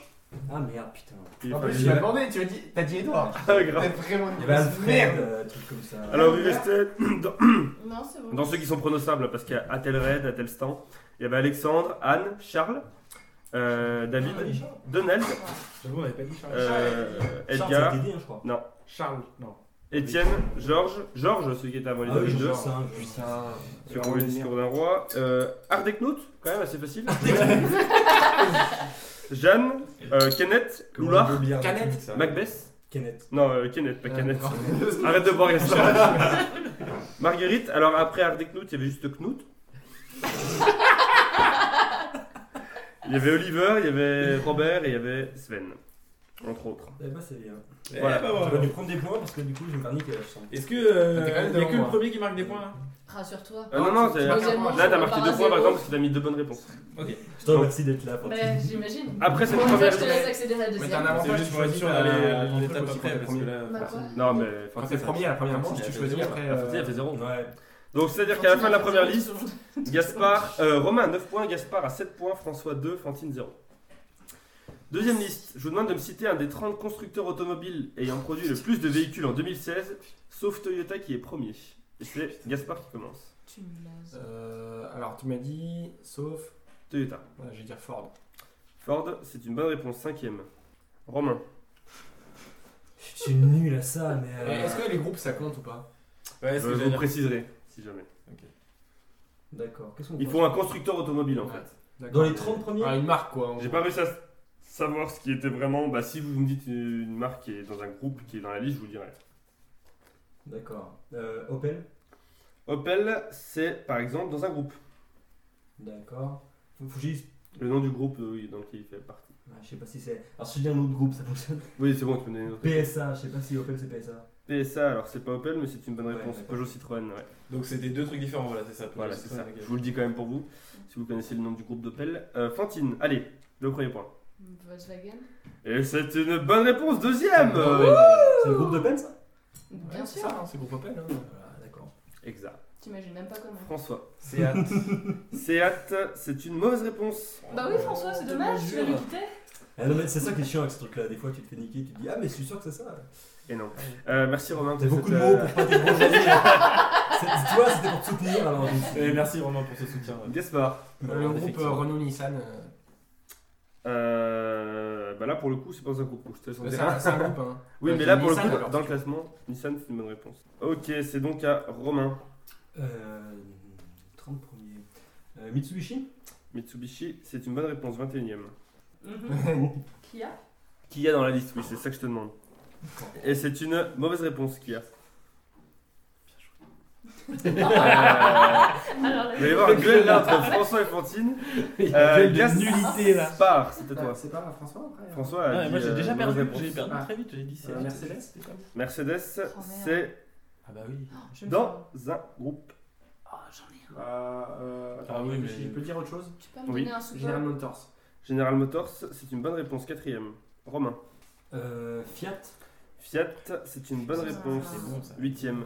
[SPEAKER 1] Ah merde, putain.
[SPEAKER 5] Il est
[SPEAKER 6] En
[SPEAKER 5] pas
[SPEAKER 6] plus,
[SPEAKER 5] venu.
[SPEAKER 6] tu m'as demandé, tu m'as dit, t'as dit Edouard.
[SPEAKER 5] Ah,
[SPEAKER 6] T'as
[SPEAKER 5] grave.
[SPEAKER 6] vraiment
[SPEAKER 1] Il
[SPEAKER 6] une
[SPEAKER 1] y avait
[SPEAKER 6] grosse
[SPEAKER 1] Alfred,
[SPEAKER 6] merde.
[SPEAKER 1] euh, truc comme ça.
[SPEAKER 5] Alors, vous restez dans,
[SPEAKER 3] Non, c'est bon.
[SPEAKER 5] dans ceux qui sont pronostables, parce qu'il y a Atelred, Atelstan. Il y avait Alexandre, Anne, Charles, euh, David,
[SPEAKER 1] Ah,
[SPEAKER 5] Donald,
[SPEAKER 2] J'avoue, on n'avait pas dit Charles.
[SPEAKER 5] euh,
[SPEAKER 1] Charles,
[SPEAKER 5] Edgar,
[SPEAKER 1] ça a été dit, hein, je crois.
[SPEAKER 2] Charles, non.
[SPEAKER 5] Étienne, Georges, Georges, celui qui était avant les
[SPEAKER 1] Ah oui,
[SPEAKER 5] deux,
[SPEAKER 1] Georges,
[SPEAKER 5] Georges,
[SPEAKER 1] c'est un
[SPEAKER 6] Putain.
[SPEAKER 5] sur le discours d'un roi, euh, Ardeknout, quand même assez facile, Jeanne, euh, Kenneth, Loulard,
[SPEAKER 6] Canette.
[SPEAKER 5] Macbeth,
[SPEAKER 1] Kenneth.
[SPEAKER 5] non, euh, Kenneth, pas Kenneth.
[SPEAKER 6] Euh,
[SPEAKER 5] Arrête de boire, Gaspard. Marguerite, alors après Ardeknout, il y avait juste Knout. Il y avait Oliver, il y avait Robert et il y avait Sven, entre autres.
[SPEAKER 1] Eh bah, c'est bien.
[SPEAKER 5] Voilà.
[SPEAKER 2] Eh ben,
[SPEAKER 1] On
[SPEAKER 2] voilà.
[SPEAKER 1] va lui prendre des points parce que du coup, je vais me faire niquer là, je sens.
[SPEAKER 2] Est-ce que
[SPEAKER 6] T'es quand même
[SPEAKER 2] il n'y a
[SPEAKER 6] devant
[SPEAKER 2] que le
[SPEAKER 6] moi.
[SPEAKER 2] premier qui marque des points là
[SPEAKER 3] Rassure-toi.
[SPEAKER 5] Euh, non, non, c'est-
[SPEAKER 6] marques un point.
[SPEAKER 5] là t'as marqué
[SPEAKER 3] Par
[SPEAKER 5] deux
[SPEAKER 3] un
[SPEAKER 5] points par
[SPEAKER 3] zéro.
[SPEAKER 5] exemple parce que t'as mis deux bonnes réponses.
[SPEAKER 1] Je te remercie d'être là. Fantine.
[SPEAKER 3] Bah, j'imagine.
[SPEAKER 5] Euh, Après cette
[SPEAKER 3] Bon, toi,
[SPEAKER 5] première
[SPEAKER 3] je te laisse accéder à la
[SPEAKER 6] Mais t'as un
[SPEAKER 3] deuxième.
[SPEAKER 2] C'est
[SPEAKER 6] avantage,
[SPEAKER 2] juste
[SPEAKER 6] tu
[SPEAKER 2] pour être
[SPEAKER 6] choisis
[SPEAKER 2] sûr d'aller
[SPEAKER 6] ton
[SPEAKER 2] dans l'étape
[SPEAKER 6] truc aussi
[SPEAKER 2] après,
[SPEAKER 6] quand t'es
[SPEAKER 2] parce que
[SPEAKER 6] premier.
[SPEAKER 2] là.
[SPEAKER 3] Bah,
[SPEAKER 2] forcément.
[SPEAKER 3] quoi
[SPEAKER 5] Non, mais.
[SPEAKER 6] Quand t'es premier à la première manche, tu choisis après.
[SPEAKER 5] La sortie, elle fait
[SPEAKER 6] euh,
[SPEAKER 5] zéro.
[SPEAKER 1] Ouais.
[SPEAKER 5] Donc c'est-à-dire qu'à la fin de la première liste, Gaspard, euh, Romain à 9 points, Gaspard à 7 points, François 2, Fantine 0. Deuxième liste, je vous demande de me citer un des 30 constructeurs automobiles ayant produit le plus de véhicules en 2016, sauf Toyota qui est premier. Et c'est Gaspard qui commence.
[SPEAKER 3] Tu me lases.
[SPEAKER 6] euh, Alors, tu m'as dit, sauf.
[SPEAKER 5] Toyota.
[SPEAKER 6] Ouais, Je vais dire Ford.
[SPEAKER 5] Ford, c'est une bonne réponse, cinquième. Romain.
[SPEAKER 1] Je suis nul à ça, mais.
[SPEAKER 6] Eh,
[SPEAKER 1] euh,
[SPEAKER 6] Est-ce que les groupes ça compte ou pas
[SPEAKER 2] Ouais,
[SPEAKER 5] Euh,
[SPEAKER 2] c'est
[SPEAKER 5] vous
[SPEAKER 2] génial.
[SPEAKER 5] préciserez, si jamais.
[SPEAKER 1] D'accord. Qu'est-ce qu'on
[SPEAKER 5] Il faut un constructeur automobile en
[SPEAKER 6] Ouais.
[SPEAKER 5] fait.
[SPEAKER 6] D'accord.
[SPEAKER 1] Dans les 30 premiers
[SPEAKER 6] Ah, une marque quoi. en
[SPEAKER 5] J'ai
[SPEAKER 6] gros.
[SPEAKER 5] pas réussi à s- savoir ce qui était vraiment. Bah, si vous me dites une marque qui est dans un groupe qui est dans la liste, je vous le dirai.
[SPEAKER 1] D'accord. Euh, Opel
[SPEAKER 5] Opel, c'est par exemple dans un groupe.
[SPEAKER 1] D'accord. Faut faut que je dise-
[SPEAKER 5] Le nom du groupe euh, oui, dans lequel il fait partie.
[SPEAKER 1] Ah, Je sais pas si c'est. Alors, si je dis un autre groupe, ça fonctionne.
[SPEAKER 5] Oui, c'est bon, tu me donnes une autre.
[SPEAKER 1] PSA, je sais pas si Opel c'est PSA.
[SPEAKER 5] PSA, alors c'est pas Opel, mais c'est une bonne
[SPEAKER 1] Ouais,
[SPEAKER 5] réponse.
[SPEAKER 1] d'accord.
[SPEAKER 5] Peugeot Citroën, ouais.
[SPEAKER 2] Donc c'était deux trucs différents, voilà, c'est ça.
[SPEAKER 5] Voilà, c'est ça.
[SPEAKER 2] Ok.
[SPEAKER 5] Je vous le dis quand même pour vous, si vous connaissez le nom du groupe d'Opel. Euh, Fantine, allez, le premier point.
[SPEAKER 3] Volkswagen
[SPEAKER 5] Et c'est une bonne réponse, deuxième Euh, Ah.
[SPEAKER 1] C'est le groupe d'Opel ça
[SPEAKER 3] Bien
[SPEAKER 6] Ouais, c'est
[SPEAKER 3] sûr.
[SPEAKER 6] ça, hein, c'est groupe Opel. hein.
[SPEAKER 1] Ah, d'accord.
[SPEAKER 5] Exact.
[SPEAKER 3] T'imagines même pas comment.
[SPEAKER 5] François.
[SPEAKER 2] Seat.
[SPEAKER 5] Seat, c'est une mauvaise réponse.
[SPEAKER 6] Oh,
[SPEAKER 3] Bah oui, François, c'est dommage, tu vas lui quitter.
[SPEAKER 1] Ah, non, mais c'est ça qui est chiant avec ce truc là. Des fois, tu te fais niquer, tu te dis Ah, mais je suis sûr que c'est ça.
[SPEAKER 5] Et non. Euh, merci Romain
[SPEAKER 1] T'as
[SPEAKER 5] pour
[SPEAKER 1] beaucoup
[SPEAKER 5] cette,
[SPEAKER 1] de mots
[SPEAKER 5] euh,
[SPEAKER 1] pour pas des gros amis. C'est- Tu vois, c'était pour te soutenir alors. je me suis dit,
[SPEAKER 2] Et merci vraiment pour ce soutien. ouais.
[SPEAKER 5] Gaspard.
[SPEAKER 6] Euh, Le groupe
[SPEAKER 1] effectivement.
[SPEAKER 6] euh, Renault-Nissan. euh,
[SPEAKER 5] Euh, bah là pour le coup c'est pas un groupe. Je te laisse en
[SPEAKER 6] C'est
[SPEAKER 5] dire
[SPEAKER 6] un
[SPEAKER 5] un.
[SPEAKER 6] c'est un groupe. hein.
[SPEAKER 5] Oui
[SPEAKER 6] Ouais,
[SPEAKER 5] mais
[SPEAKER 6] c'est
[SPEAKER 5] là pour le
[SPEAKER 6] Nissan,
[SPEAKER 5] coup
[SPEAKER 6] alors.
[SPEAKER 5] dans le classement Nissan c'est une bonne réponse. Ok c'est donc à Romain.
[SPEAKER 1] Euh, 30 premiers. Euh, Mitsubishi
[SPEAKER 5] Mitsubishi c'est une bonne réponse 21ème.
[SPEAKER 3] Mhm. Qui a
[SPEAKER 5] Qui y a dans la liste Oui c'est ça que je te demande. Et c'est une mauvaise réponse qu'il y a. Euh,
[SPEAKER 3] Alors là,
[SPEAKER 5] Vous allez voir un duel là entre François et Fantine. Euh, Gaspard,
[SPEAKER 2] nullité, là.
[SPEAKER 5] c'est à
[SPEAKER 6] Ah,
[SPEAKER 5] toi.
[SPEAKER 6] C'est pas François après hein
[SPEAKER 5] François a
[SPEAKER 2] Ouais,
[SPEAKER 5] dit,
[SPEAKER 2] moi j'ai
[SPEAKER 5] euh,
[SPEAKER 2] déjà
[SPEAKER 5] mauvaise
[SPEAKER 2] perdu,
[SPEAKER 5] réponse.
[SPEAKER 2] j'ai perdu
[SPEAKER 6] Ah.
[SPEAKER 2] très vite, j'ai dit c'est
[SPEAKER 6] Euh, Mercedes, c'était pas
[SPEAKER 5] Mercedes
[SPEAKER 3] Oh, merde.
[SPEAKER 5] c'est
[SPEAKER 2] Ah bah oui.
[SPEAKER 3] je vais me
[SPEAKER 5] dans un groupe.
[SPEAKER 3] faire- Oh, j'en ai un.
[SPEAKER 6] Bah, euh, attends,
[SPEAKER 2] Ah oui,
[SPEAKER 6] je-
[SPEAKER 2] mais-
[SPEAKER 6] je peux dire autre chose
[SPEAKER 3] Tu peux me
[SPEAKER 5] Oui.
[SPEAKER 3] donner un soupçon
[SPEAKER 6] General Motors.
[SPEAKER 5] General Motors c'est une bonne réponse quatrième. Romain.
[SPEAKER 1] Euh, Fiat
[SPEAKER 5] Fiat c'est une bonne
[SPEAKER 3] Ah.
[SPEAKER 5] réponse.
[SPEAKER 2] C'est bon ça.
[SPEAKER 5] Huitième.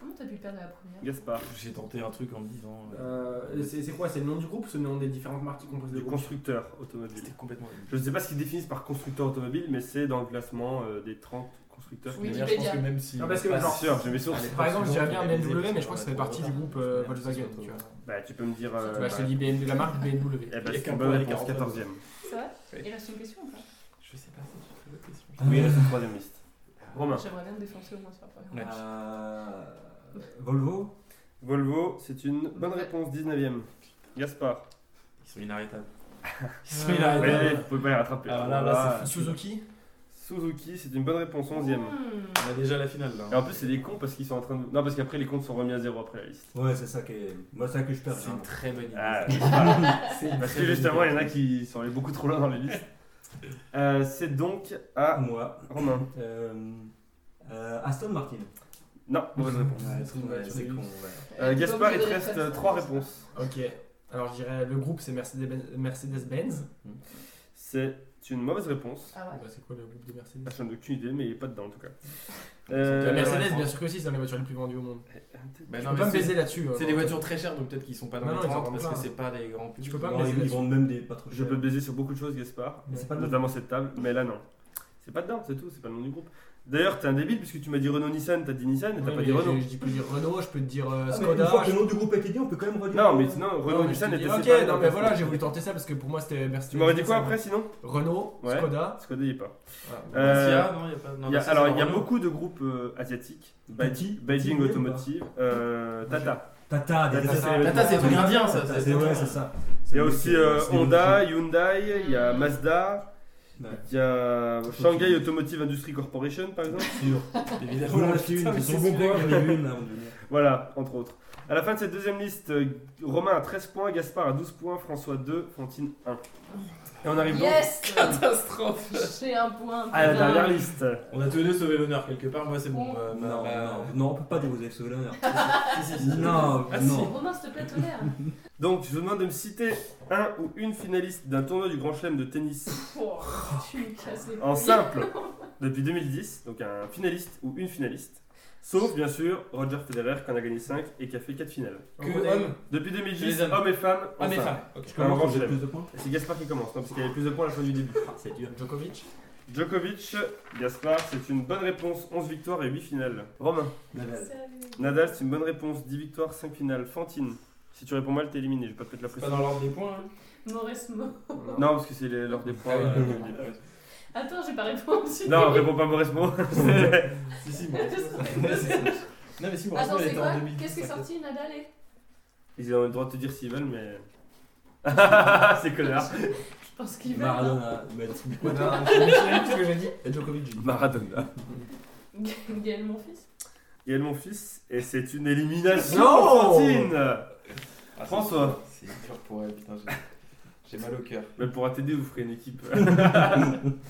[SPEAKER 3] Comment t'as pu perdre la première
[SPEAKER 5] Gaspard.
[SPEAKER 2] J'ai tenté un truc en me disant. euh,
[SPEAKER 6] Euh, c'est c'est quoi C'est le nom du groupe C'est le nom des différentes marques qui composent le
[SPEAKER 5] Du
[SPEAKER 6] groupe
[SPEAKER 5] constructeur automobile.
[SPEAKER 2] C'était complètement.
[SPEAKER 5] Je ne sais pas ce qu'ils définissent par constructeur automobile, mais c'est dans le classement euh, des 30 constructeurs.
[SPEAKER 3] Oui.
[SPEAKER 2] Mais je pense
[SPEAKER 3] Wikipédia.
[SPEAKER 2] que même si. Ah,
[SPEAKER 6] Non, parce que
[SPEAKER 5] Pas
[SPEAKER 6] genre-
[SPEAKER 5] sûr, j'ai mes sources.
[SPEAKER 2] Allez.
[SPEAKER 6] Par exemple, je dirais bien
[SPEAKER 2] Souvent, il y a
[SPEAKER 6] BMW,
[SPEAKER 2] des
[SPEAKER 6] mais je pense que ça fait
[SPEAKER 2] experts,
[SPEAKER 6] partie du groupe euh, Volkswagen. Tu vois.
[SPEAKER 5] Bah, tu peux me dire. euh,
[SPEAKER 6] Bah, je te dis BMW, la marque
[SPEAKER 5] Eh
[SPEAKER 6] BMW.
[SPEAKER 5] ben,
[SPEAKER 2] Il y a
[SPEAKER 5] c'est
[SPEAKER 2] qu'un
[SPEAKER 5] une
[SPEAKER 2] point,
[SPEAKER 5] bonne
[SPEAKER 2] il y a
[SPEAKER 5] réponse, 14
[SPEAKER 2] 42.
[SPEAKER 5] e
[SPEAKER 3] Ça va Il reste une question ou pas
[SPEAKER 2] Je sais pas si j'ai trouvé la question.
[SPEAKER 5] Oui, il reste une troisième liste. Romain.
[SPEAKER 3] J'aimerais bien me défoncer au moins sur la première.
[SPEAKER 2] Ouais.
[SPEAKER 1] Euh, Volvo
[SPEAKER 5] Volvo, c'est une bonne réponse, 19 e Gaspard.
[SPEAKER 2] Ils sont inarrêtables. Ils sont
[SPEAKER 6] Euh,
[SPEAKER 5] Ouais,
[SPEAKER 6] Ah,
[SPEAKER 2] inarrêtables.
[SPEAKER 5] vous pouvez pas les rattraper.
[SPEAKER 2] Ah, là, là, c'est
[SPEAKER 6] Suzuki
[SPEAKER 5] Suzuki, c'est une bonne réponse, 11 e
[SPEAKER 3] Hmm.
[SPEAKER 2] On a déjà la finale là.
[SPEAKER 5] Et en plus, c'est des cons parce qu'ils sont en train de. Non, parce qu'après, les comptes sont remis à zéro après la liste.
[SPEAKER 1] Ouais, c'est ça qui est. Moi, c'est ça que je perds.
[SPEAKER 2] C'est une très bonne idée.
[SPEAKER 5] Ah,
[SPEAKER 2] C'est une
[SPEAKER 5] parce
[SPEAKER 2] très
[SPEAKER 5] que
[SPEAKER 2] bonne
[SPEAKER 5] justement, il
[SPEAKER 2] idée.
[SPEAKER 5] y en a qui sont allés beaucoup trop loin dans les listes. Euh, c'est donc
[SPEAKER 1] Ah,
[SPEAKER 5] à
[SPEAKER 1] Moi.
[SPEAKER 5] Romain.
[SPEAKER 1] Euh, euh, Aston Martin.
[SPEAKER 5] Non, mauvaise réponse.
[SPEAKER 1] Ouais, c'est dommage,
[SPEAKER 2] c'est
[SPEAKER 1] oui.
[SPEAKER 2] con.
[SPEAKER 5] Euh,
[SPEAKER 3] Il faut
[SPEAKER 5] Gaspard,
[SPEAKER 3] me
[SPEAKER 5] il te
[SPEAKER 3] donner
[SPEAKER 5] reste
[SPEAKER 3] comme ça.
[SPEAKER 5] 3 réponses.
[SPEAKER 6] Ok. Alors je dirais le groupe c'est Mercedes- Mercedes-Benz.
[SPEAKER 5] C'est une mauvaise réponse.
[SPEAKER 3] Ah ouais.
[SPEAKER 6] Bah, c'est quoi le groupe de Mercedes
[SPEAKER 5] J'en ai aucune idée, mais il est pas dedans en tout cas.
[SPEAKER 6] La
[SPEAKER 5] Euh,
[SPEAKER 6] Mercedes bien sûr que si c'est dans les voitures les plus vendues au monde.
[SPEAKER 2] Bah
[SPEAKER 6] Je
[SPEAKER 2] non,
[SPEAKER 6] peux
[SPEAKER 2] mais
[SPEAKER 6] pas me
[SPEAKER 2] c'est-
[SPEAKER 6] baiser là-dessus.
[SPEAKER 2] C'est
[SPEAKER 6] euh,
[SPEAKER 2] des voitures très chères, donc peut-être qu'ils sont pas dans
[SPEAKER 6] Non,
[SPEAKER 2] les
[SPEAKER 6] non, ils en
[SPEAKER 2] 30
[SPEAKER 6] vendent
[SPEAKER 2] parce que
[SPEAKER 6] plein.
[SPEAKER 2] c'est pas des grands publics.
[SPEAKER 6] peux pas
[SPEAKER 1] Non,
[SPEAKER 6] mais
[SPEAKER 1] ils,
[SPEAKER 6] c'est-
[SPEAKER 1] ils vendent même des pas trop chers.
[SPEAKER 5] Je peux te baiser sur beaucoup de choses, Gaspard.
[SPEAKER 1] Mais c'est pas le nom.
[SPEAKER 5] Notamment cette table, mais là non. C'est pas dedans, c'est tout, c'est pas le nom du groupe. D'ailleurs, t'es un débile puisque tu m'as dit Renault Nissan, t'as dit Nissan et t'as
[SPEAKER 6] oui,
[SPEAKER 5] pas
[SPEAKER 6] mais
[SPEAKER 5] dit Renault.
[SPEAKER 6] Je, je dis- peux dire Renault, je peux te dire euh,
[SPEAKER 1] Ah, mais une
[SPEAKER 6] Skoda.
[SPEAKER 1] fois que
[SPEAKER 6] je-
[SPEAKER 1] le nom du groupe a été dit, on peut quand même redire.
[SPEAKER 5] Non, mais non, Renault
[SPEAKER 6] Non, mais je
[SPEAKER 5] Nissan
[SPEAKER 6] te
[SPEAKER 5] était
[SPEAKER 6] dis,
[SPEAKER 5] séparé
[SPEAKER 6] Ok,
[SPEAKER 5] dans
[SPEAKER 6] non
[SPEAKER 5] le
[SPEAKER 6] mais
[SPEAKER 5] classement.
[SPEAKER 6] voilà, j'ai voulu tenter ça parce que pour moi c'était Mercedes.
[SPEAKER 5] Tu m'aurais dit quoi
[SPEAKER 6] Benz,
[SPEAKER 5] après sinon
[SPEAKER 6] Renault,
[SPEAKER 5] Ouais.
[SPEAKER 6] Skoda.
[SPEAKER 5] Skoda y est pas.
[SPEAKER 6] voilà.
[SPEAKER 5] Euh,
[SPEAKER 2] Dacia, non, y a pas. non,
[SPEAKER 5] Il y a-
[SPEAKER 2] Dacia,
[SPEAKER 5] alors,
[SPEAKER 2] c'est
[SPEAKER 5] il y a
[SPEAKER 2] Renault.
[SPEAKER 5] beaucoup de groupes euh, asiatiques.
[SPEAKER 1] Tati,
[SPEAKER 5] Beijing,
[SPEAKER 1] Tati,
[SPEAKER 5] Beijing
[SPEAKER 1] oui,
[SPEAKER 5] Automotive,
[SPEAKER 6] bah.
[SPEAKER 5] euh, Tata.
[SPEAKER 1] Tata, des
[SPEAKER 5] Tata,
[SPEAKER 1] Tata.
[SPEAKER 5] c'est-
[SPEAKER 2] Tata, c'est un truc indien, ça.
[SPEAKER 1] Tata, c'est ouais, c'est ça.
[SPEAKER 5] Il y a aussi euh,
[SPEAKER 1] C'est-
[SPEAKER 5] Honda, Hyundai, il y a Mazda,
[SPEAKER 1] Ouais.
[SPEAKER 5] il y a Shanghai Automotive Industry Corporation par exemple.
[SPEAKER 1] Sûr.
[SPEAKER 2] Évidemment.
[SPEAKER 1] Faut en acheter une,
[SPEAKER 2] Oh Putain, mais
[SPEAKER 1] c'est
[SPEAKER 2] c'est
[SPEAKER 1] son bon
[SPEAKER 2] celui-là
[SPEAKER 1] coin,
[SPEAKER 2] que
[SPEAKER 1] j'en ai vu une là. on devait-
[SPEAKER 5] Voilà, entre autres. À la fin de cette deuxième liste, euh, Romain à 13 points, Gaspard à 12 points, François 2, Fantine 1. Et on arrive donc
[SPEAKER 3] Yes
[SPEAKER 2] Catastrophe
[SPEAKER 3] J'ai un point.
[SPEAKER 5] à Ah, la
[SPEAKER 3] putain.
[SPEAKER 5] dernière liste.
[SPEAKER 2] On a tous les deux sauvé l'honneur quelque part, moi c'est bon. euh, ma-
[SPEAKER 1] Non,
[SPEAKER 2] ma-
[SPEAKER 1] non, non, on peut pas dire vous avez sauvé l'honneur.
[SPEAKER 2] Si, si, si, si.
[SPEAKER 1] Non,
[SPEAKER 2] Ah,
[SPEAKER 1] non.
[SPEAKER 3] Romain, s'il te plaît, tonnerre.
[SPEAKER 5] Donc, je vous demande de me citer un ou une finaliste d'un tournoi du Grand Chelem de tennis
[SPEAKER 3] Oh, tu me casses les
[SPEAKER 5] en
[SPEAKER 3] couilles.
[SPEAKER 5] simple depuis 2010. Donc, un finaliste ou une finaliste. Sauf, bien sûr, Roger Federer qui en a gagné 5 et qui a fait 4 finales.
[SPEAKER 2] Que
[SPEAKER 6] Donc, on est-
[SPEAKER 2] homme
[SPEAKER 5] Depuis
[SPEAKER 2] Chez les
[SPEAKER 5] 2010,
[SPEAKER 2] hommes.
[SPEAKER 5] hommes et femmes. en
[SPEAKER 2] Ah, mais
[SPEAKER 5] simple.
[SPEAKER 2] femme ok.
[SPEAKER 5] Un Grand
[SPEAKER 1] J'ai
[SPEAKER 5] Chelem.
[SPEAKER 1] plus de points
[SPEAKER 5] C'est Gaspard qui commence, non, parce qu'il y avait plus de points à la fin du début.
[SPEAKER 1] C'est dur.
[SPEAKER 6] Djokovic.
[SPEAKER 5] Djokovic, Gaspard, c'est une bonne réponse, 11 victoires et 8 finales. Romain,
[SPEAKER 1] Nadal.
[SPEAKER 5] Nadal, c'est une bonne réponse, 10 victoires, 5 finales. Fantine, si tu réponds mal, t'es éliminé, je vais pas te mettre la
[SPEAKER 2] C'est pas
[SPEAKER 5] pression.
[SPEAKER 2] dans l'ordre des points. hein.
[SPEAKER 3] Maurice Mo.
[SPEAKER 5] Non, parce que c'est les- l'heure des points.
[SPEAKER 2] Ah,
[SPEAKER 5] euh,
[SPEAKER 2] ouais.
[SPEAKER 3] Attends, j'ai pas répondu.
[SPEAKER 5] non, réponds pas mauvais mot.
[SPEAKER 2] Si, si,
[SPEAKER 3] Je
[SPEAKER 2] Maurice Mo.
[SPEAKER 3] sais.
[SPEAKER 2] Non, mais si, Maurice Mo,
[SPEAKER 3] Attends,
[SPEAKER 2] elle
[SPEAKER 3] c'est
[SPEAKER 2] était en
[SPEAKER 3] quoi
[SPEAKER 2] 2010.
[SPEAKER 3] Qu'est-ce qui est sorti Nadal et
[SPEAKER 5] Ils ont le droit de te dire s'ils veulent, mais. c'est connard.
[SPEAKER 3] Je pense qu'il va. hein.
[SPEAKER 1] Maradona. bah, tu dis quoi,
[SPEAKER 6] Non,
[SPEAKER 1] toi
[SPEAKER 6] c'est ce que j'ai dit. Et Djokovic. j'ai dit.
[SPEAKER 5] Maradona.
[SPEAKER 3] Gaël, mon fils.
[SPEAKER 5] Gaël, mon fils, et c'est une élimination.
[SPEAKER 6] Non
[SPEAKER 5] Fantine
[SPEAKER 2] Ah, c'est-
[SPEAKER 5] François.
[SPEAKER 2] C'est dur pour elle, putain, j'ai- j'ai mal au cœur.
[SPEAKER 5] Mais pour t'aider, vous ferez une équipe.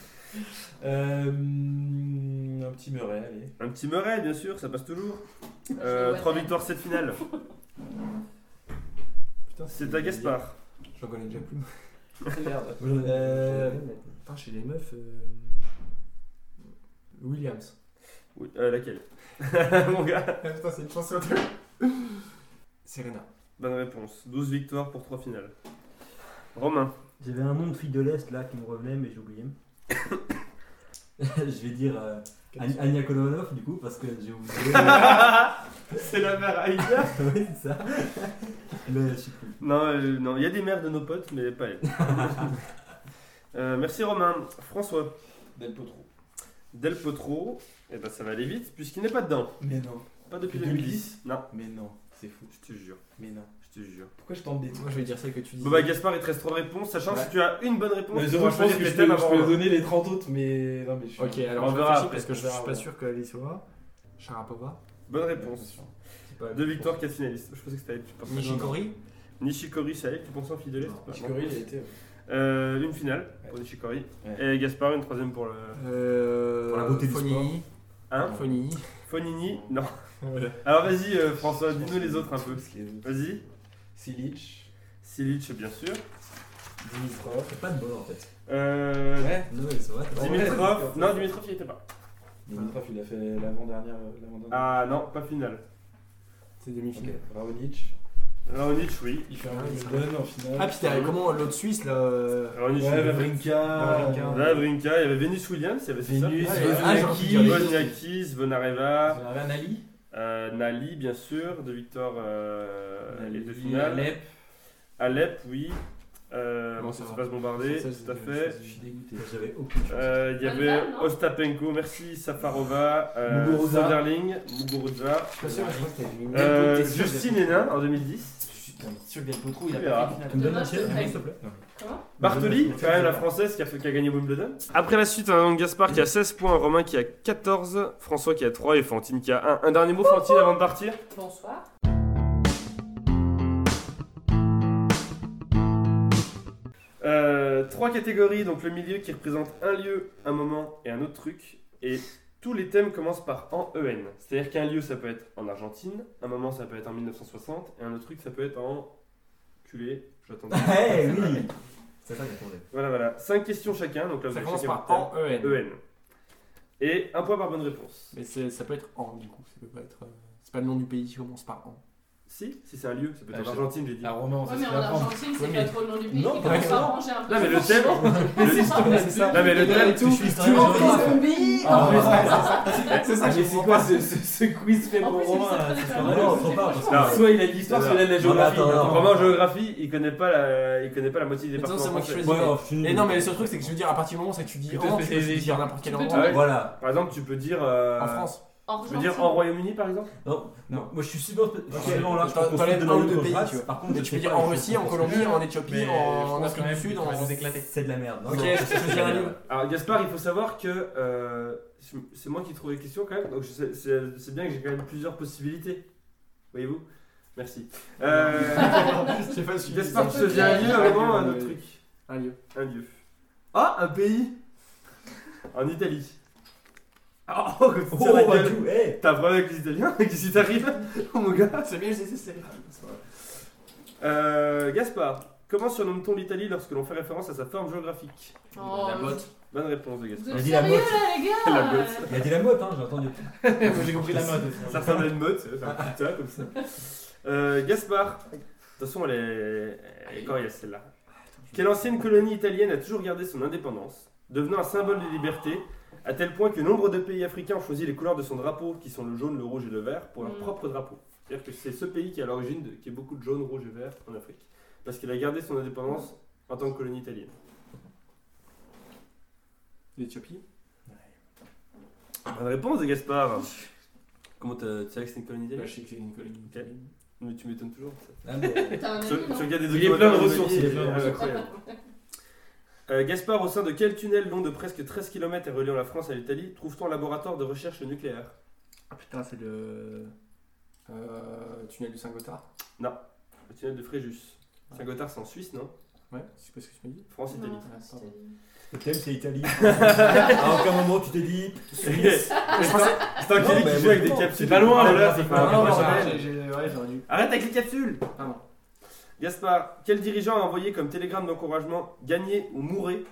[SPEAKER 2] Euh,
[SPEAKER 1] Euh,
[SPEAKER 2] un petit Murray, allez.
[SPEAKER 5] Un petit Murray, bien sûr, ça passe toujours.
[SPEAKER 3] Je le
[SPEAKER 5] Euh,
[SPEAKER 3] vois
[SPEAKER 5] 3
[SPEAKER 3] bien.
[SPEAKER 5] victoires, 7 finales.
[SPEAKER 6] Putain,
[SPEAKER 5] C'est à Gaspard.
[SPEAKER 6] J'en connais déjà plus.
[SPEAKER 2] Merde.
[SPEAKER 1] Moi, j'en ai-
[SPEAKER 6] Euh, Putain, chez les meufs. euh, Williams.
[SPEAKER 5] Oui, euh, laquelle Mon gars
[SPEAKER 6] Ah, Putain, c'est une chance Serena.
[SPEAKER 5] Bonne réponse. 12 victoires pour 3 finales. Romain.
[SPEAKER 1] J'avais un nom de fille de l'Est là qui me revenait, mais j'ai oublié. Je vais dire euh, An- Anya Kolonov du coup, parce que j'ai oublié.
[SPEAKER 5] C'est la mère Aïda
[SPEAKER 1] oui, c'est ça. Mais je sais plus.
[SPEAKER 5] Non, euh, non, il y a des mères de nos potes, mais pas elle. Euh, merci Romain. François.
[SPEAKER 2] Del Potro.
[SPEAKER 5] Del Potro. Eh ben ça va aller vite, puisqu'il n'est pas dedans.
[SPEAKER 2] Mais non.
[SPEAKER 5] Pas depuis
[SPEAKER 2] 2010.
[SPEAKER 5] 2010. Non,
[SPEAKER 2] Mais non, c'est fou.
[SPEAKER 5] je te jure,
[SPEAKER 2] Mais non.
[SPEAKER 5] je te jure.
[SPEAKER 2] Pourquoi je tente des trucs
[SPEAKER 6] Moi, je vais dire celle que tu dis.
[SPEAKER 5] Bon bah Gaspard, il te reste 3 réponses, sachant que
[SPEAKER 2] Ouais.
[SPEAKER 5] si tu as une bonne réponse,
[SPEAKER 2] Mais
[SPEAKER 5] tu
[SPEAKER 2] je
[SPEAKER 5] pourras
[SPEAKER 2] pense que
[SPEAKER 5] choisir
[SPEAKER 2] je
[SPEAKER 5] tes
[SPEAKER 2] peux, hein.
[SPEAKER 5] thèmes
[SPEAKER 2] je peux
[SPEAKER 5] avant.
[SPEAKER 2] donner les 30 autres, mais non, mais je suis.
[SPEAKER 6] Ok,
[SPEAKER 5] On
[SPEAKER 6] alors je
[SPEAKER 5] verra
[SPEAKER 6] réfléchis
[SPEAKER 5] après,
[SPEAKER 6] parce que je
[SPEAKER 2] on
[SPEAKER 6] je suis
[SPEAKER 2] verra,
[SPEAKER 6] pas
[SPEAKER 2] ouais.
[SPEAKER 6] sûr qu'elle est sur là. Sharapova.
[SPEAKER 5] Bonne
[SPEAKER 2] Ouais,
[SPEAKER 5] réponse.
[SPEAKER 2] bien sûr.
[SPEAKER 5] 2 victoires, 4 finalistes. Je pensais que c'était elle, tu pensais pas.
[SPEAKER 6] Nishikori.
[SPEAKER 5] Nishikori, ça allait, tu pensais en fille de l'Est
[SPEAKER 1] Non.
[SPEAKER 5] ou pas
[SPEAKER 2] Chicory, il a été. ouais.
[SPEAKER 5] Euh, une finale pour
[SPEAKER 2] Ouais.
[SPEAKER 5] Nishikori.
[SPEAKER 2] Ouais.
[SPEAKER 5] Et Gaspard, une troisième pour le.
[SPEAKER 6] Euh,
[SPEAKER 1] Pour la beauté du
[SPEAKER 6] Fonini.
[SPEAKER 5] Hein
[SPEAKER 6] Fonini.
[SPEAKER 5] Fonini Non.
[SPEAKER 6] Voilà.
[SPEAKER 5] Alors vas-y, euh, François,
[SPEAKER 2] Je pense
[SPEAKER 5] dis-nous
[SPEAKER 2] que-
[SPEAKER 5] les autres un peu.
[SPEAKER 2] parce que les autres.
[SPEAKER 5] Vas-y.
[SPEAKER 2] Silic,
[SPEAKER 5] Silic, bien sûr.
[SPEAKER 2] Dimitrov.
[SPEAKER 1] T'as pas de bol en fait.
[SPEAKER 5] Euh.
[SPEAKER 2] Ouais.
[SPEAKER 1] Non, mais c'est vrai. t'as pas de bol.
[SPEAKER 5] Dimitrov. Non, Dimitrov, il était pas.
[SPEAKER 2] Dimitrov, il a fait l'avant-dernière. euh, l'avant-dernière.
[SPEAKER 5] Ah non, pas finale.
[SPEAKER 6] C'est demi-finale.
[SPEAKER 2] Ok. Raonic.
[SPEAKER 5] Ah, Raonic, oui.
[SPEAKER 2] Il fait un
[SPEAKER 6] Ah, oui,
[SPEAKER 2] Wimbledon en finale.
[SPEAKER 6] Ah, puis t'as comment l'autre Suisse là euh,
[SPEAKER 5] Raonic,
[SPEAKER 2] Ouais,
[SPEAKER 5] oui.
[SPEAKER 2] Vavrinka.
[SPEAKER 6] Vavrinka.
[SPEAKER 5] Vavrinka, il y avait Venus Williams, il y avait c'est ça.
[SPEAKER 2] Venus,
[SPEAKER 6] Ah,
[SPEAKER 2] Vavrinka,
[SPEAKER 6] j'ai envie de
[SPEAKER 2] Vavrinka,
[SPEAKER 6] dire les-
[SPEAKER 5] Wozniacki, Svonareva,
[SPEAKER 2] Vavrinka, Nali.
[SPEAKER 5] euh, Nali, bien sûr, deux victoires euh, et deux
[SPEAKER 2] Nali,
[SPEAKER 5] finales.
[SPEAKER 2] Alep.
[SPEAKER 5] Alep, oui. Euh,
[SPEAKER 6] Bon,
[SPEAKER 5] bon,
[SPEAKER 6] ça
[SPEAKER 5] ça se
[SPEAKER 6] va.
[SPEAKER 5] passe bombarder,
[SPEAKER 6] Ça, c'est-
[SPEAKER 5] tout à
[SPEAKER 6] c'est-
[SPEAKER 5] fait.
[SPEAKER 2] Je suis dégoûté.
[SPEAKER 1] J'avais aucune chance.
[SPEAKER 5] Euh, Il y
[SPEAKER 3] Bonne
[SPEAKER 5] avait
[SPEAKER 3] femme, non
[SPEAKER 5] Ostapenko, merci, Safarova, euh,
[SPEAKER 2] Muguruza.
[SPEAKER 5] Soderling, Muguruza,
[SPEAKER 6] Je suis pas sûr, je crois que t'as vu.
[SPEAKER 5] euh,
[SPEAKER 2] T'es sûr,
[SPEAKER 5] Justin Hénin en 2010,
[SPEAKER 2] Je suis putain, mais sûr que Del Potro, il a
[SPEAKER 5] Tu verras.
[SPEAKER 2] pas fait de
[SPEAKER 1] Tu me
[SPEAKER 2] finale.
[SPEAKER 1] donnes un
[SPEAKER 3] Demain, je
[SPEAKER 1] chèque,
[SPEAKER 3] te
[SPEAKER 1] hein,
[SPEAKER 3] paye.
[SPEAKER 1] s'il te plaît
[SPEAKER 3] Comment
[SPEAKER 5] Bartoli, quand même la française qui a, qui a gagné Wimbledon. Après la suite, on a Gaspard qui a 16 points, Romain qui a 14, François qui a 3 et Fantine qui a 1. Un dernier mot, Fantine, avant de partir
[SPEAKER 3] Bonsoir.
[SPEAKER 5] Euh, trois catégories, donc le milieu qui représente un lieu, un moment et un autre truc. Et Tous les thèmes commencent par en EN. C'est-à-dire qu'un lieu, ça peut être en Argentine, un moment, ça peut être en 1960, et un autre truc, ça peut être en. culé. J'attendais.
[SPEAKER 1] Eh oui C'est ça qu'on est.
[SPEAKER 5] voilà, voilà. 5 questions chacun, donc là, vous
[SPEAKER 6] Ça
[SPEAKER 5] avez
[SPEAKER 6] commence
[SPEAKER 5] chacun
[SPEAKER 6] par
[SPEAKER 5] votre
[SPEAKER 6] en EN.
[SPEAKER 1] E
[SPEAKER 5] thème. EN. Et un point par bonne réponse.
[SPEAKER 6] Mais c'est- ça peut être en du coup. Ça peut pas être. euh, C'est pas le nom du pays qui commence par en.
[SPEAKER 5] Si, si c'est un lieu, ça peut être
[SPEAKER 2] Ah,
[SPEAKER 5] en
[SPEAKER 2] je-
[SPEAKER 5] Argentine, j'ai dit.
[SPEAKER 2] La romance,
[SPEAKER 3] Ouais,
[SPEAKER 2] c'est
[SPEAKER 3] mais
[SPEAKER 2] ce
[SPEAKER 3] en
[SPEAKER 2] qu'il apprend.
[SPEAKER 3] Argentine, c'est
[SPEAKER 6] Oui,
[SPEAKER 3] pas
[SPEAKER 6] mais-
[SPEAKER 3] trop le nom du pays.
[SPEAKER 2] Non,
[SPEAKER 3] qui
[SPEAKER 2] pas
[SPEAKER 3] commence à
[SPEAKER 2] forcément.
[SPEAKER 3] ranger un peu.
[SPEAKER 5] Là, mais le thème.
[SPEAKER 6] Ah, c'est ça.
[SPEAKER 5] Non, mais le thème et
[SPEAKER 1] Je
[SPEAKER 5] tout.
[SPEAKER 1] suis
[SPEAKER 6] Tu
[SPEAKER 1] historien
[SPEAKER 6] m'entends
[SPEAKER 1] géographe.
[SPEAKER 6] pays
[SPEAKER 2] Ah, ouais, ouais,
[SPEAKER 6] C'est ça
[SPEAKER 2] Ah,
[SPEAKER 6] que
[SPEAKER 2] mais c'est
[SPEAKER 6] je comprends
[SPEAKER 2] quoi
[SPEAKER 6] pas.
[SPEAKER 2] ce, ce- ce quiz fait
[SPEAKER 3] En
[SPEAKER 2] pour
[SPEAKER 3] plus,
[SPEAKER 2] Romain
[SPEAKER 3] c'est
[SPEAKER 2] là,
[SPEAKER 3] très,
[SPEAKER 2] c'est
[SPEAKER 3] très
[SPEAKER 2] scandaleux.
[SPEAKER 1] Ah, Non, on s'en parle, parce que-
[SPEAKER 5] Non,
[SPEAKER 2] Soit il a de l'histoire, soit il a de la
[SPEAKER 1] Non, mais
[SPEAKER 2] géographie.
[SPEAKER 1] attends, non.
[SPEAKER 5] Vraiment, en géographie, il connaît pas la, il connaît pas la moitié des
[SPEAKER 6] Mais attends,
[SPEAKER 5] départements
[SPEAKER 6] c'est moi qui
[SPEAKER 5] français.
[SPEAKER 6] choisis.
[SPEAKER 1] Ouais, oh, je suis nul.
[SPEAKER 6] Et non, mais le seul truc, c'est que je veux dire, à partir du moment où c'est que tu dis
[SPEAKER 2] Plutôt
[SPEAKER 6] en, tu peux
[SPEAKER 2] spécialisé.
[SPEAKER 6] dire n'importe quel
[SPEAKER 3] Tu peux
[SPEAKER 6] endroit.
[SPEAKER 3] te-
[SPEAKER 1] Voilà.
[SPEAKER 5] Par exemple, tu peux dire. euh,
[SPEAKER 6] En France.
[SPEAKER 5] Tu peux dire en Royaume-Uni, par exemple
[SPEAKER 1] Non,
[SPEAKER 2] Non.
[SPEAKER 1] moi je suis super.
[SPEAKER 6] Ok.
[SPEAKER 1] vraiment là, je
[SPEAKER 6] T'en-
[SPEAKER 1] pense
[SPEAKER 6] t'enlèves
[SPEAKER 1] que
[SPEAKER 6] un
[SPEAKER 1] dans
[SPEAKER 6] ou
[SPEAKER 1] le
[SPEAKER 6] deux pays,
[SPEAKER 1] Caucase,
[SPEAKER 6] tu vois.
[SPEAKER 1] Par contre, je
[SPEAKER 6] tu
[SPEAKER 1] sais
[SPEAKER 6] peux dire
[SPEAKER 1] pas,
[SPEAKER 6] en
[SPEAKER 1] je
[SPEAKER 6] Russie,
[SPEAKER 1] pense
[SPEAKER 6] en
[SPEAKER 1] que
[SPEAKER 6] Colombie, en Éthiopie,
[SPEAKER 2] Mais je
[SPEAKER 6] en
[SPEAKER 2] pense
[SPEAKER 6] Afrique
[SPEAKER 2] quand
[SPEAKER 6] du
[SPEAKER 2] même
[SPEAKER 6] Sud,
[SPEAKER 2] qu'ils
[SPEAKER 6] en.
[SPEAKER 2] vont
[SPEAKER 6] Ok,
[SPEAKER 2] éclater.
[SPEAKER 1] C'est de la merde. Non,
[SPEAKER 6] je peux choisir un lieu.
[SPEAKER 5] Alors, Gaspard, il faut savoir que. euh, c'est- c'est moi qui trouve les questions quand même, donc je sais- c'est c'est bien que j'ai quand même plusieurs possibilités. Voyez-vous Merci. Euh,
[SPEAKER 6] Je sais pas si
[SPEAKER 5] Gaspard, tu choisis
[SPEAKER 3] un
[SPEAKER 5] un lieu,
[SPEAKER 3] lieu,
[SPEAKER 5] vraiment un autre truc.
[SPEAKER 6] Un lieu.
[SPEAKER 5] Un lieu. Ah, un pays En Italie. Ah, Oh, comme tu
[SPEAKER 1] Oh,
[SPEAKER 5] tires la
[SPEAKER 1] bah,
[SPEAKER 5] gueule.
[SPEAKER 1] tout, eh.
[SPEAKER 5] T'as un problème avec les Italiens Qu'est-ce qui t'arrive Oh mon gars
[SPEAKER 6] C'est bien, c'est c'est-
[SPEAKER 5] Euh, Gaspard, comment surnomme-t-on l'Italie lorsque l'on fait référence à sa forme géographique
[SPEAKER 3] La botte.
[SPEAKER 5] Bonne réponse de
[SPEAKER 3] Vous
[SPEAKER 5] Gaspard.
[SPEAKER 1] Elle
[SPEAKER 3] êtes
[SPEAKER 1] dit la
[SPEAKER 3] sérieux
[SPEAKER 1] botte.
[SPEAKER 3] là, les gars
[SPEAKER 5] La botte.
[SPEAKER 1] Il a dit la motte, hein, j'ai entendu.
[SPEAKER 2] Moi, J'ai compris la mode.
[SPEAKER 5] Ça ressemble à une meute, c'est un petit tas comme ça. Euh, Gaspard, de toute façon, elle est, elle est coriace celle-là. Quelle ancienne colonie italienne a toujours gardé son indépendance, devenant un symbole de liberté, à tel point que nombre de pays africains ont choisi les couleurs de son drapeau, qui sont le jaune, le rouge et le vert, pour leur
[SPEAKER 3] Mm.
[SPEAKER 5] propre drapeau. C'est-à-dire que c'est ce pays qui est à l'origine de qui est beaucoup de jaune, rouge et vert en Afrique, parce qu'il a gardé son indépendance en tant que colonie italienne.
[SPEAKER 6] L'Éthiopie.
[SPEAKER 5] Bonne réponse de Gaspard. Comment t'as- tu savais que c'est une colonie
[SPEAKER 6] Là,
[SPEAKER 5] italienne
[SPEAKER 6] Bah, je sais que c'est une colonie.
[SPEAKER 5] Ok. Mais tu m'étonnes toujours. ça.
[SPEAKER 1] Ah, mais-
[SPEAKER 3] T'as un ami,
[SPEAKER 5] Tu
[SPEAKER 3] non
[SPEAKER 5] tu regardes des
[SPEAKER 2] Il est plein de
[SPEAKER 5] documentaires
[SPEAKER 2] ressources, il est
[SPEAKER 5] Italie,
[SPEAKER 2] plein de
[SPEAKER 5] euh, incroyable. Euh, Gaspard, au sein de quel tunnel long de presque 13 km et reliant la France à l'Italie trouve-t-on un laboratoire de recherche nucléaire
[SPEAKER 6] Ah putain, c'est le. Euh, tunnel du Saint-Gothard.
[SPEAKER 5] Le tunnel de Fréjus. Saint-Gothard, c'est en Suisse, non
[SPEAKER 6] Ouais, c'est pas ce que tu m'as dit.
[SPEAKER 5] France, Italie.
[SPEAKER 3] Non, c'était-
[SPEAKER 1] Le thème c'est Italie. à aucun moment tu t'es dit Suisse.
[SPEAKER 6] je pensais.
[SPEAKER 5] C'est un
[SPEAKER 1] Non,
[SPEAKER 5] Kelly
[SPEAKER 1] mais
[SPEAKER 5] qui joue avec
[SPEAKER 1] bon,
[SPEAKER 5] des
[SPEAKER 1] bon,
[SPEAKER 5] capsules.
[SPEAKER 2] c'est pas loin,
[SPEAKER 5] Ah,
[SPEAKER 2] là,
[SPEAKER 5] là,
[SPEAKER 2] c'est
[SPEAKER 5] c'est
[SPEAKER 2] pas
[SPEAKER 5] pas
[SPEAKER 2] loin.
[SPEAKER 5] loin.
[SPEAKER 2] non,
[SPEAKER 5] Arrête.
[SPEAKER 6] j'ai- j'ai- ouais, j'aurais dû.
[SPEAKER 5] Arrête avec les capsules
[SPEAKER 6] Ah non.
[SPEAKER 5] Gaspard, quel dirigeant a envoyé comme télégramme d'encouragement Gagnez ou mourrez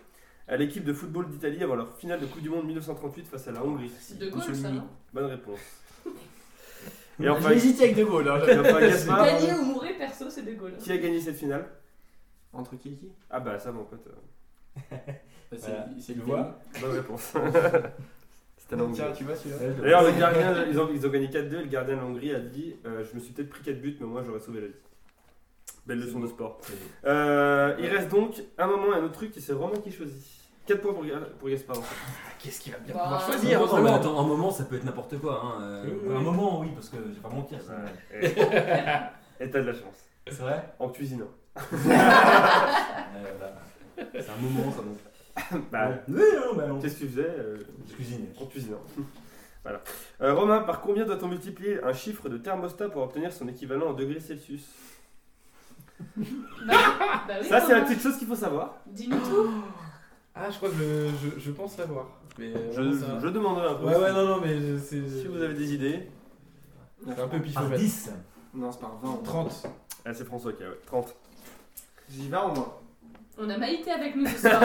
[SPEAKER 5] à l'équipe de football d'Italie avant leur finale de Coupe du Monde 1938 face à la Hongrie
[SPEAKER 3] C'est De Gaulle, ça, non
[SPEAKER 5] Bonne réponse. Et
[SPEAKER 6] J'ai
[SPEAKER 5] enfin,
[SPEAKER 6] hésité avec De Gaulle. hein,
[SPEAKER 5] et
[SPEAKER 6] j'avais-
[SPEAKER 5] enfin, Gaspard,
[SPEAKER 3] Gagner ou mourir, perso, c'est De Gaulle.
[SPEAKER 5] qui a gagné cette finale
[SPEAKER 6] Entre qui et qui
[SPEAKER 5] Ah bah ça, mon pote. euh,
[SPEAKER 6] Bah, C'est
[SPEAKER 1] Voilà.
[SPEAKER 6] c'est
[SPEAKER 1] Tu
[SPEAKER 6] l'Italie.
[SPEAKER 1] vois
[SPEAKER 5] Bonne réponse. C'était la
[SPEAKER 6] Non,
[SPEAKER 5] Hongrie.
[SPEAKER 6] Tiens, tu vois celui-là
[SPEAKER 5] D'ailleurs, le gardien, ils ont, ils ont gagné 4-2 et le gardien de l'Hongrie a dit euh, Je me suis peut-être pris 4 buts, mais moi j'aurais sauvé la vie. Belle leçon de sport. Euh, il reste donc un moment et un autre truc, et c'est Romain qui choisit. 4 points pour, Ga- pour Gaspard.
[SPEAKER 6] Ah,
[SPEAKER 2] Qu'est-ce qu'il va bien
[SPEAKER 3] Bah,
[SPEAKER 2] pouvoir
[SPEAKER 1] Non,
[SPEAKER 2] choisir
[SPEAKER 1] non,
[SPEAKER 2] Romain
[SPEAKER 1] mais attends, un moment ça peut être n'importe quoi. Hein. euh,
[SPEAKER 2] Oui, oui.
[SPEAKER 1] Un moment, oui, parce que j'ai pas menti. ça.
[SPEAKER 5] Et et t'as de la chance.
[SPEAKER 1] C'est vrai
[SPEAKER 5] En cuisinant.
[SPEAKER 1] Ouais, voilà. C'est un moment, ça monte.
[SPEAKER 5] Bah,
[SPEAKER 1] Oui, non, mais non.
[SPEAKER 5] qu'est-ce que tu faisais euh,
[SPEAKER 1] Je cuisine.
[SPEAKER 5] En cuisinant. voilà. Euh, Romain, par combien doit-on multiplier un chiffre de thermostat pour obtenir son équivalent en degrés Celsius
[SPEAKER 3] Bah, bah oui,
[SPEAKER 5] Ça, c'est la
[SPEAKER 3] Romain.
[SPEAKER 5] petite chose qu'il faut savoir.
[SPEAKER 3] Dis-nous tout.
[SPEAKER 2] Ah, je crois que je, je, je pense savoir. Mais euh,
[SPEAKER 5] Je,
[SPEAKER 2] vraiment, ça-
[SPEAKER 5] je demanderai un peu.
[SPEAKER 2] Ouais, ouais, non, non, mais je- c'est.
[SPEAKER 5] Si vous avez des idées.
[SPEAKER 2] C'est un peu pif en
[SPEAKER 1] Par
[SPEAKER 2] fait.
[SPEAKER 1] 10.
[SPEAKER 6] Non, c'est pas un 20.
[SPEAKER 2] 30.
[SPEAKER 5] Ah, c'est François qui a ouais, 30.
[SPEAKER 6] J'y vais au moins.
[SPEAKER 3] On a Maïté avec nous ce soir.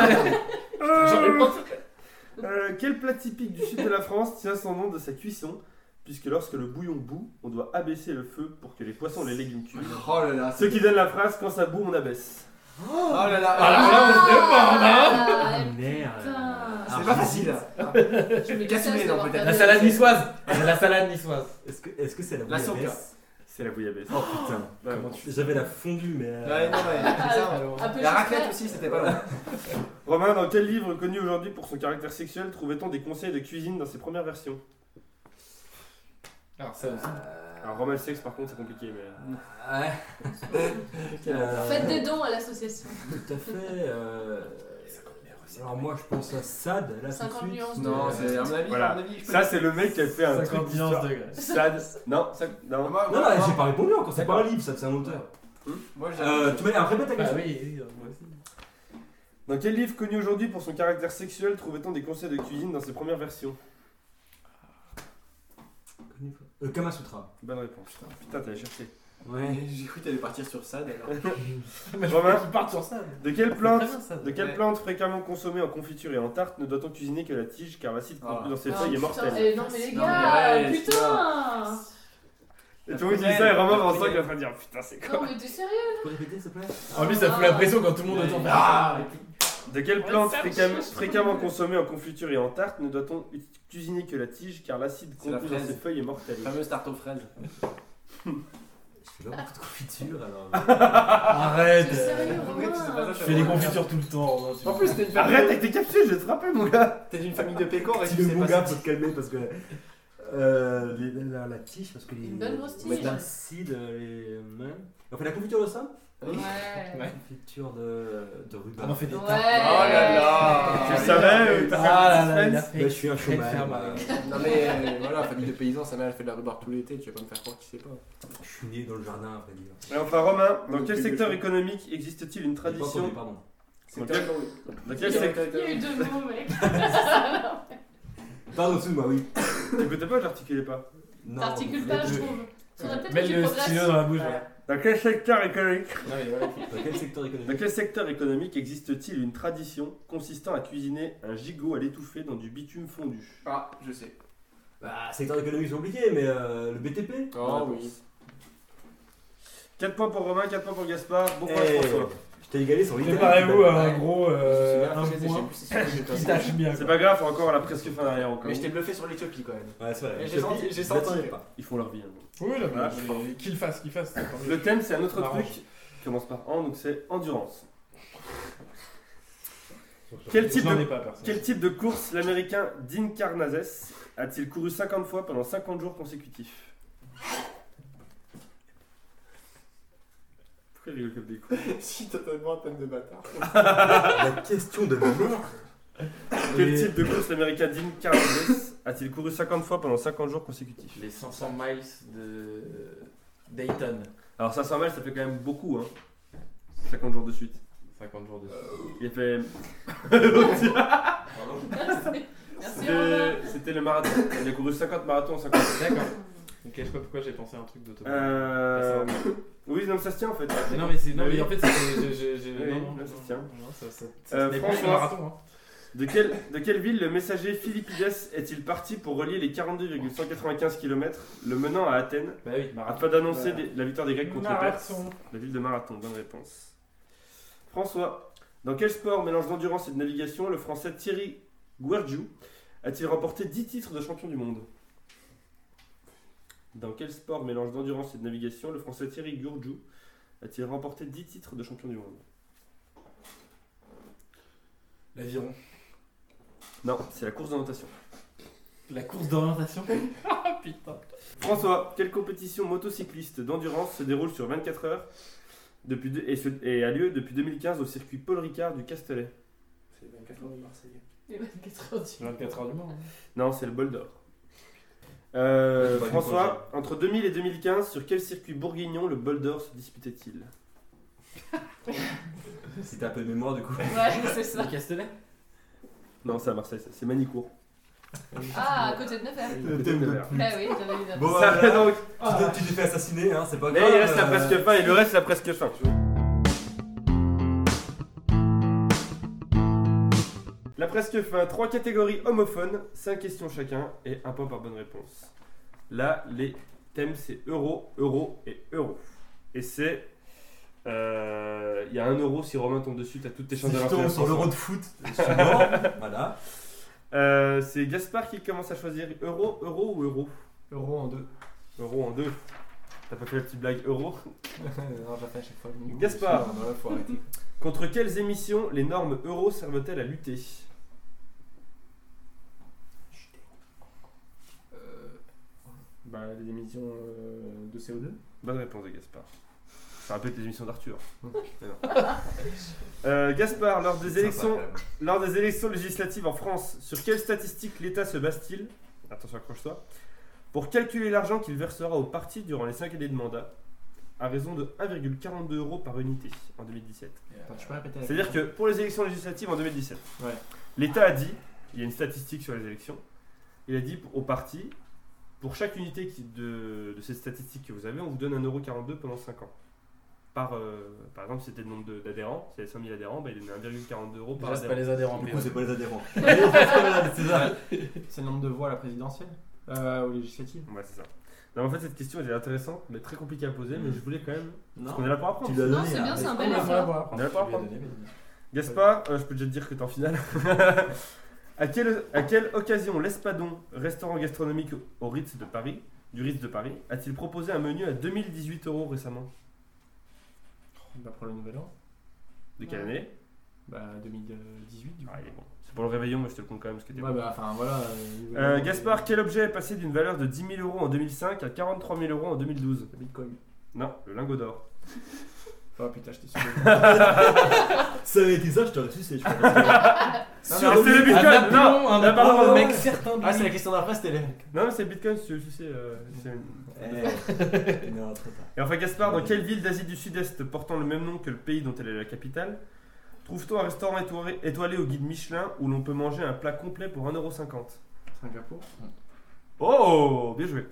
[SPEAKER 5] Euh, quel plat typique du sud de la France tient son nom de sa cuisson Puisque lorsque le bouillon bout, on doit abaisser le feu pour que les poissons et les légumes tuent.
[SPEAKER 6] Oh là là.
[SPEAKER 5] Ce qui donne la phrase quand ça bout, on abaisse.
[SPEAKER 6] Oh là là.
[SPEAKER 2] Ah là là, on se demande, hein
[SPEAKER 3] Ah,
[SPEAKER 1] Merde.
[SPEAKER 3] putain.
[SPEAKER 1] Ah,
[SPEAKER 6] C'est pas facile. hein.
[SPEAKER 3] Je me
[SPEAKER 6] Cassoulet, non, peut-être.
[SPEAKER 2] La salade niçoise La salade niçoise
[SPEAKER 1] Est-ce que est-ce que c'est la
[SPEAKER 6] La sauce,
[SPEAKER 1] bouillabaisse
[SPEAKER 5] C'est la bouillabaisse.
[SPEAKER 1] Oh putain.
[SPEAKER 5] Ouais.
[SPEAKER 2] Ah, Comment tu
[SPEAKER 1] J'avais la fondue, mais.
[SPEAKER 6] Ouais,
[SPEAKER 1] euh,
[SPEAKER 6] non, ouais, c'est ça, ouais.
[SPEAKER 2] Alors,
[SPEAKER 6] La raclette aussi, c'était pas mal.
[SPEAKER 5] Romain, dans quel livre connu aujourd'hui pour son caractère sexuel trouvait-on des conseils de cuisine dans ses premières versions
[SPEAKER 2] alors, Ah, ça aussi.
[SPEAKER 5] Alors Romain le sexe par contre c'est compliqué mais...
[SPEAKER 1] Ouais. Euh,
[SPEAKER 3] Faites des dons à l'association.
[SPEAKER 1] Tout à fait. euh, Alors moi je pense à Sad là tout
[SPEAKER 3] 50
[SPEAKER 1] de suite.
[SPEAKER 3] nuances de-
[SPEAKER 6] Non, c'est à mon avis.
[SPEAKER 5] Voilà.
[SPEAKER 6] à mon avis, je peux-
[SPEAKER 5] Ça c'est le mec qui a fait un truc
[SPEAKER 2] 51
[SPEAKER 5] d'histoire.
[SPEAKER 2] degrés.
[SPEAKER 5] Sad. Non, ça- non.
[SPEAKER 1] Non,
[SPEAKER 6] Moi, moi,
[SPEAKER 1] non,
[SPEAKER 6] moi,
[SPEAKER 1] j'ai pas répondu encore, c'est pas
[SPEAKER 6] D'accord.
[SPEAKER 1] un livre, ça c'est un auteur.
[SPEAKER 6] Moi, j'ai.
[SPEAKER 1] Euh, tu mets un répète ta
[SPEAKER 2] Bah
[SPEAKER 1] question.
[SPEAKER 2] oui, oui, moi aussi.
[SPEAKER 5] Dans quel livre connu aujourd'hui pour son caractère sexuel trouvait-on des conseils de cuisine dans ses premières versions
[SPEAKER 1] Euh, Kamasutra.
[SPEAKER 5] Bonne réponse. Putain, putain t'as cherché.
[SPEAKER 1] Ouais.
[SPEAKER 6] J'ai cru que t'allais partir sur ça alors.
[SPEAKER 2] Mais je
[SPEAKER 5] Romain
[SPEAKER 2] voulais qu'il parte sur ça.
[SPEAKER 5] De quelle plante
[SPEAKER 2] C'est très bien, ça.
[SPEAKER 5] De quelle
[SPEAKER 2] Ouais.
[SPEAKER 5] plante fréquemment consommée en confiture et en tarte ne doit-on cuisiner que la tige car l'acide
[SPEAKER 6] Ah.
[SPEAKER 5] contenu dans ses
[SPEAKER 3] Ah,
[SPEAKER 5] feuilles est
[SPEAKER 3] putain,
[SPEAKER 5] mortel
[SPEAKER 3] eh, non mais les
[SPEAKER 6] Non,
[SPEAKER 3] gars,
[SPEAKER 6] mais ouais,
[SPEAKER 3] putain
[SPEAKER 5] Et tout le monde dit ça et Romain Vincent qui est en train de dire putain c'est
[SPEAKER 3] Non
[SPEAKER 5] quoi
[SPEAKER 3] mais t'es sérieux
[SPEAKER 1] Tu peux répéter s'il te plaît
[SPEAKER 2] En plus, ça fout la pression quand tout le monde
[SPEAKER 1] Ouais.
[SPEAKER 2] entend faire Ah et puis-
[SPEAKER 5] De quelle
[SPEAKER 3] Ouais,
[SPEAKER 5] plante
[SPEAKER 3] ça,
[SPEAKER 5] fréquem-
[SPEAKER 3] je- je-
[SPEAKER 5] fréquemment consommée en confiture et en tarte ne doit-on ut- cuisiner que la tige car l'acide
[SPEAKER 6] C'est la
[SPEAKER 5] contenu dans
[SPEAKER 6] fraise. Ah.
[SPEAKER 5] ses feuilles est mortel
[SPEAKER 6] La fameuse tarte aux fraises.
[SPEAKER 1] Je suis là pour de confiture alors.
[SPEAKER 2] Arrête
[SPEAKER 3] T'es sérieux,
[SPEAKER 6] Ouais, tu sais pas
[SPEAKER 3] Romain
[SPEAKER 6] ça,
[SPEAKER 2] Je fais des confitures tout le temps. Romain, tu
[SPEAKER 6] En plus, t'es une famille,
[SPEAKER 5] Arrête avec tes capsules, je vais te frapper mon gars
[SPEAKER 6] t'es d'une famille de pécores et
[SPEAKER 1] Si
[SPEAKER 6] tu
[SPEAKER 1] le
[SPEAKER 6] sais
[SPEAKER 1] bon
[SPEAKER 6] pas
[SPEAKER 1] gars
[SPEAKER 6] ça.
[SPEAKER 1] faut te calmer parce que. Euh, les- la, la- la tige, parce que les.
[SPEAKER 3] Une bonne grosse
[SPEAKER 1] les
[SPEAKER 3] tige.
[SPEAKER 1] acides, les mains. On fait la confiture de ça
[SPEAKER 3] Ouais.
[SPEAKER 2] Ouais.
[SPEAKER 1] Confiture de, de ruban.
[SPEAKER 2] On en fait des
[SPEAKER 3] Ouais.
[SPEAKER 2] tartes.
[SPEAKER 5] Tu le
[SPEAKER 2] Ah,
[SPEAKER 5] savais euh, t'as fait
[SPEAKER 2] Ah
[SPEAKER 5] le
[SPEAKER 2] là là, il a
[SPEAKER 5] suspense
[SPEAKER 2] fait
[SPEAKER 1] Là, je suis un
[SPEAKER 2] exprès de
[SPEAKER 1] chômage.
[SPEAKER 2] faire ma-
[SPEAKER 6] Non mais euh, voilà, famille de paysans, sa mère elle fait de la rhubarbe tout l'été, tu vas pas me faire croire qu'il sait pas.
[SPEAKER 1] Je suis né dans le jardin après dire.
[SPEAKER 5] Et enfin Romain, dans
[SPEAKER 6] Le
[SPEAKER 5] quel
[SPEAKER 6] truc
[SPEAKER 5] secteur
[SPEAKER 6] de chaud.
[SPEAKER 5] économique existe-t-il une tradition
[SPEAKER 1] Pardon.
[SPEAKER 6] C'est
[SPEAKER 5] Ok.
[SPEAKER 6] tellement-
[SPEAKER 5] Dans
[SPEAKER 3] Il
[SPEAKER 5] quel
[SPEAKER 3] y a
[SPEAKER 5] secteur
[SPEAKER 3] il y a eu deux mots, mec.
[SPEAKER 1] Pardon, excuse-moi, oui.
[SPEAKER 5] T'écoutes pas, j'articulais pas.
[SPEAKER 1] Non,
[SPEAKER 3] T'articules
[SPEAKER 1] vous
[SPEAKER 3] pas, je
[SPEAKER 1] faites-
[SPEAKER 3] trouve. Faudrait peut-être
[SPEAKER 2] Mets
[SPEAKER 3] que tu
[SPEAKER 2] le stylo dans
[SPEAKER 3] progresses.
[SPEAKER 2] la bouche. ouais.
[SPEAKER 5] Dans quel secteur économique
[SPEAKER 6] Non mais voilà, faut-
[SPEAKER 1] Dans quel secteur
[SPEAKER 5] Dans
[SPEAKER 1] économique
[SPEAKER 5] quel secteur économique existe-t-il une tradition consistant à cuisiner un gigot à l'étouffer dans du bitume fondu
[SPEAKER 6] Ah, je sais.
[SPEAKER 1] Bah, secteur économique, c'est compliqué, mais euh, le BTP
[SPEAKER 6] Oh oui.
[SPEAKER 5] 4 points pour Romain, 4 points pour Gaspard, bon
[SPEAKER 1] Eh,
[SPEAKER 5] point François.
[SPEAKER 1] Je t'ai égalé sur l'Italie.
[SPEAKER 2] Préparez-vous à un
[SPEAKER 6] Ouais.
[SPEAKER 2] gros
[SPEAKER 6] C'est
[SPEAKER 2] euh,
[SPEAKER 6] bien,
[SPEAKER 2] un
[SPEAKER 6] je sais, je sais
[SPEAKER 2] point
[SPEAKER 6] plus si c'est sûr que
[SPEAKER 2] qui
[SPEAKER 6] j'étais en-
[SPEAKER 2] tâche bien.
[SPEAKER 5] C'est
[SPEAKER 2] quoi.
[SPEAKER 5] pas grave, encore à la presque fin derrière encore.
[SPEAKER 6] Mais je t'ai bluffé sur l'Éthiopie quand même.
[SPEAKER 1] Ouais, c'est vrai.
[SPEAKER 6] Mais j'ai
[SPEAKER 1] Je
[SPEAKER 6] senti-
[SPEAKER 1] l'ai-
[SPEAKER 6] j'ai
[SPEAKER 1] je l'attendais
[SPEAKER 6] senti.
[SPEAKER 1] pas.
[SPEAKER 5] Ils font leur vie. hein.
[SPEAKER 2] Oui, là,
[SPEAKER 5] Voilà.
[SPEAKER 2] mais qu'il fasse, qu'il fasse. c'est tant mieux.
[SPEAKER 5] Le thème c'est un autre
[SPEAKER 2] Marrant.
[SPEAKER 5] truc qui commence par en, donc c'est endurance. Quel type
[SPEAKER 2] Je n'en
[SPEAKER 5] de-
[SPEAKER 2] ai pas, personne.
[SPEAKER 5] Quel type de course l'américain Dean Karnazes a-t-il couru 50 fois pendant 50 jours consécutifs Pourquoi il rigole comme des cons
[SPEAKER 6] si t'as tellement un thème de bâtard.
[SPEAKER 1] La question de merde.
[SPEAKER 5] Quel
[SPEAKER 2] Les-
[SPEAKER 5] type de course l'américain Dean Karnazes a-t-il couru 50 fois pendant 50 jours consécutifs
[SPEAKER 2] Les 500 miles de Dayton.
[SPEAKER 5] Alors 500 miles ça fait quand même beaucoup hein 50 jours de suite.
[SPEAKER 2] 50 jours de
[SPEAKER 5] Il a fait...
[SPEAKER 3] Merci Romain.
[SPEAKER 5] C'était c'était le marathon. Il a couru 50 marathons en 50
[SPEAKER 2] Euh, D'accord. Ok, je sais pas pourquoi j'ai pensé à un truc d'auto.
[SPEAKER 5] Euh... Oui, non, mais ça se tient en fait.
[SPEAKER 2] Mais non, mais c'est. Non,
[SPEAKER 5] Oui.
[SPEAKER 2] mais en fait, c'est. je- je- je-
[SPEAKER 5] Oui,
[SPEAKER 2] Non, non,
[SPEAKER 5] là, ça
[SPEAKER 2] non,
[SPEAKER 5] tient.
[SPEAKER 2] non, ça- ça- ça
[SPEAKER 5] Euh,
[SPEAKER 2] se n'est pas
[SPEAKER 5] François.
[SPEAKER 2] un marathon, hein.
[SPEAKER 5] De quelle, de quelle ville le messager Philippides est-il parti pour relier les 42,195 km le menant à Athènes
[SPEAKER 2] Bah oui, marathon.
[SPEAKER 5] afin d'annoncer
[SPEAKER 2] Bah.
[SPEAKER 5] des- la victoire des Grecs contre les Perses
[SPEAKER 2] Marathon.
[SPEAKER 5] La ville de Marathon, bonne réponse. François, dans quel sport mélange d'endurance et de navigation le français Thierry Guergiou a-t-il remporté 10 titres de champion du monde Dans quel sport mélange d'endurance et de navigation le français Thierry Guergiou a-t-il remporté 10 titres de champion du monde
[SPEAKER 2] L'aviron.
[SPEAKER 5] Non, c'est la course d'orientation.
[SPEAKER 2] La course d'orientation. Ah putain.
[SPEAKER 5] François, quelle compétition motocycliste d'endurance se déroule sur 24 heures depuis deux- et, se- et a lieu depuis 2015 au circuit Paul Ricard du Castellet
[SPEAKER 6] C'est 24 heures de Marseille.
[SPEAKER 3] Les 24 heures du-
[SPEAKER 2] 24 heures du hein. monde.
[SPEAKER 5] Non, c'est le bol d'or. Euh,
[SPEAKER 1] C'est pas du
[SPEAKER 5] François, entre 2000 et 2015, sur quel circuit bourguignon le bol d'or se disputait-il
[SPEAKER 1] Si t'as un peu de mémoire, du coup.
[SPEAKER 3] Ouais, c'est ça.
[SPEAKER 2] Le Castellet
[SPEAKER 5] Non, c'est à Marseille, ça, c'est Manicourt.
[SPEAKER 3] Ah, à côté de Nevers.
[SPEAKER 1] Le thème de-
[SPEAKER 3] Bah oui, j'avais eu
[SPEAKER 1] Bon,
[SPEAKER 5] Ça
[SPEAKER 1] voilà.
[SPEAKER 5] fait donc.
[SPEAKER 2] Ah.
[SPEAKER 1] Tu t'es- Tu t'es fait assassiner, hein, c'est pas
[SPEAKER 5] Oh. Mais
[SPEAKER 1] grave.
[SPEAKER 5] il reste la
[SPEAKER 1] euh,
[SPEAKER 5] presque fin et le reste la presque fin. La presque fin, trois catégories homophones, 5 questions chacun et un point par bonne réponse. Là, les thèmes c'est euro, euro et euro. Et c'est. euh, Il y a un euro si Romain tombe dessus, t'as toutes tes
[SPEAKER 1] Si
[SPEAKER 5] chances de
[SPEAKER 1] je
[SPEAKER 5] leur
[SPEAKER 1] tombe
[SPEAKER 5] faire
[SPEAKER 1] sur l'euro de foot, je suis mort. Voilà.
[SPEAKER 5] Euh, C'est Gaspard qui commence à choisir euro, euro ou euro
[SPEAKER 6] Euro en deux.
[SPEAKER 5] Euro en deux. T'as pas fait la petite blague euro
[SPEAKER 6] non, j'attends à chaque fois.
[SPEAKER 5] Gaspard.
[SPEAKER 6] Non, là, faut arrêter.
[SPEAKER 5] Contre quelles émissions les normes euro servent-elles à lutter
[SPEAKER 6] Euh, bah, les émissions euh, de CO2.
[SPEAKER 5] Bonne réponse de Gaspard. Ça rappelle les émissions d'Arthur. Mais non. Euh, Gaspard, lors des,
[SPEAKER 1] C'est sympa,
[SPEAKER 5] élections,
[SPEAKER 1] quand même.
[SPEAKER 5] lors des élections législatives en France, sur quelles statistiques l'État se base-t-il Attention, accroche-toi. Pour calculer l'argent qu'il versera au parti durant les 5 années de mandat, à raison de 1,42 euros par unité en 2017.
[SPEAKER 6] Attends, tu peux répéter la
[SPEAKER 5] C'est-à-dire que
[SPEAKER 6] question
[SPEAKER 5] pour les élections législatives en 2017,
[SPEAKER 6] Ouais.
[SPEAKER 5] l'État a dit, il y a une statistique sur les élections, il a dit au parti, Pour chaque unité qui- de, de ces statistiques que vous avez, on vous donne 1,42€ pendant 5 ans. Par, euh, par exemple, si c'était le nombre de- d'adhérents, s'il y avait 5000 adhérents, bah, il donnait 1,42€ par
[SPEAKER 2] Déjà, c'est pas
[SPEAKER 5] adhérent.
[SPEAKER 2] les adhérents.
[SPEAKER 1] Du
[SPEAKER 2] mais
[SPEAKER 1] coup,
[SPEAKER 2] ouais.
[SPEAKER 1] c'est pas les adhérents. C'est ça.
[SPEAKER 6] C'est le nombre de voix à la présidentielle euh, Ou législative
[SPEAKER 5] Ouais, c'est ça. Non, en fait, cette question elle est intéressante, mais très compliquée à poser,
[SPEAKER 2] Mm.
[SPEAKER 5] mais je voulais quand même. Parce qu'on
[SPEAKER 1] Non,
[SPEAKER 5] est là pour apprendre.
[SPEAKER 1] tu l'as donné. hein.
[SPEAKER 3] Non, c'est
[SPEAKER 1] là.
[SPEAKER 3] bien, Ah, c'est un
[SPEAKER 6] On
[SPEAKER 3] bel
[SPEAKER 6] va
[SPEAKER 3] effort.
[SPEAKER 6] voir.
[SPEAKER 5] On est là pour apprendre.
[SPEAKER 2] donné,
[SPEAKER 5] Gaspard, euh, je peux déjà te dire que t'es en finale. à, quelle, à quelle occasion l'Espadon, restaurant gastronomique au Ritz de Paris, du Ritz de Paris, a-t-il proposé un menu à 2018 euros récemment
[SPEAKER 6] On va prendre le nouvel an.
[SPEAKER 5] De quelle
[SPEAKER 3] Ouais.
[SPEAKER 5] année
[SPEAKER 6] Bah 2018 du coup.
[SPEAKER 5] Ah, il est bon. C'est pour le réveillon, mais je te le compte quand même parce que t'es
[SPEAKER 6] Ouais,
[SPEAKER 5] bon.
[SPEAKER 6] bah enfin voilà. euh, nouvel
[SPEAKER 5] Euh,
[SPEAKER 6] an,
[SPEAKER 5] Gaspard, quel objet est passé d'une valeur de 10 000 euros en 2005 à 43 000 euros en 2012
[SPEAKER 6] Le bitcoin.
[SPEAKER 5] Non, le lingot d'or.
[SPEAKER 6] Oh putain, je t'ai sauvé.
[SPEAKER 1] Ça avait été ça, je t'aurais sucé. je pense.
[SPEAKER 5] Non,
[SPEAKER 1] Sur-
[SPEAKER 5] mais c'est le
[SPEAKER 2] Un
[SPEAKER 5] bitcoin Non,
[SPEAKER 2] aplomb, un
[SPEAKER 5] Ah, pardon,
[SPEAKER 2] aplomb,
[SPEAKER 5] pardon.
[SPEAKER 2] mec, certain de
[SPEAKER 6] ah, c'est la
[SPEAKER 2] lui.
[SPEAKER 6] question d'après, c'était les.
[SPEAKER 5] non, mais c'est le bitcoin, si tu veux, je sais, euh, c'est une-
[SPEAKER 1] Eh, Non, trop tard.
[SPEAKER 5] Et enfin, Gaspard, dans quelle ville d'Asie du Sud-Est portant le même nom que le pays dont elle est la capitale trouve-t-on un restaurant étoiré- étoilé au guide Michelin où l'on peut manger un plat complet pour 1,50€
[SPEAKER 6] Singapour.
[SPEAKER 5] Oh Bien joué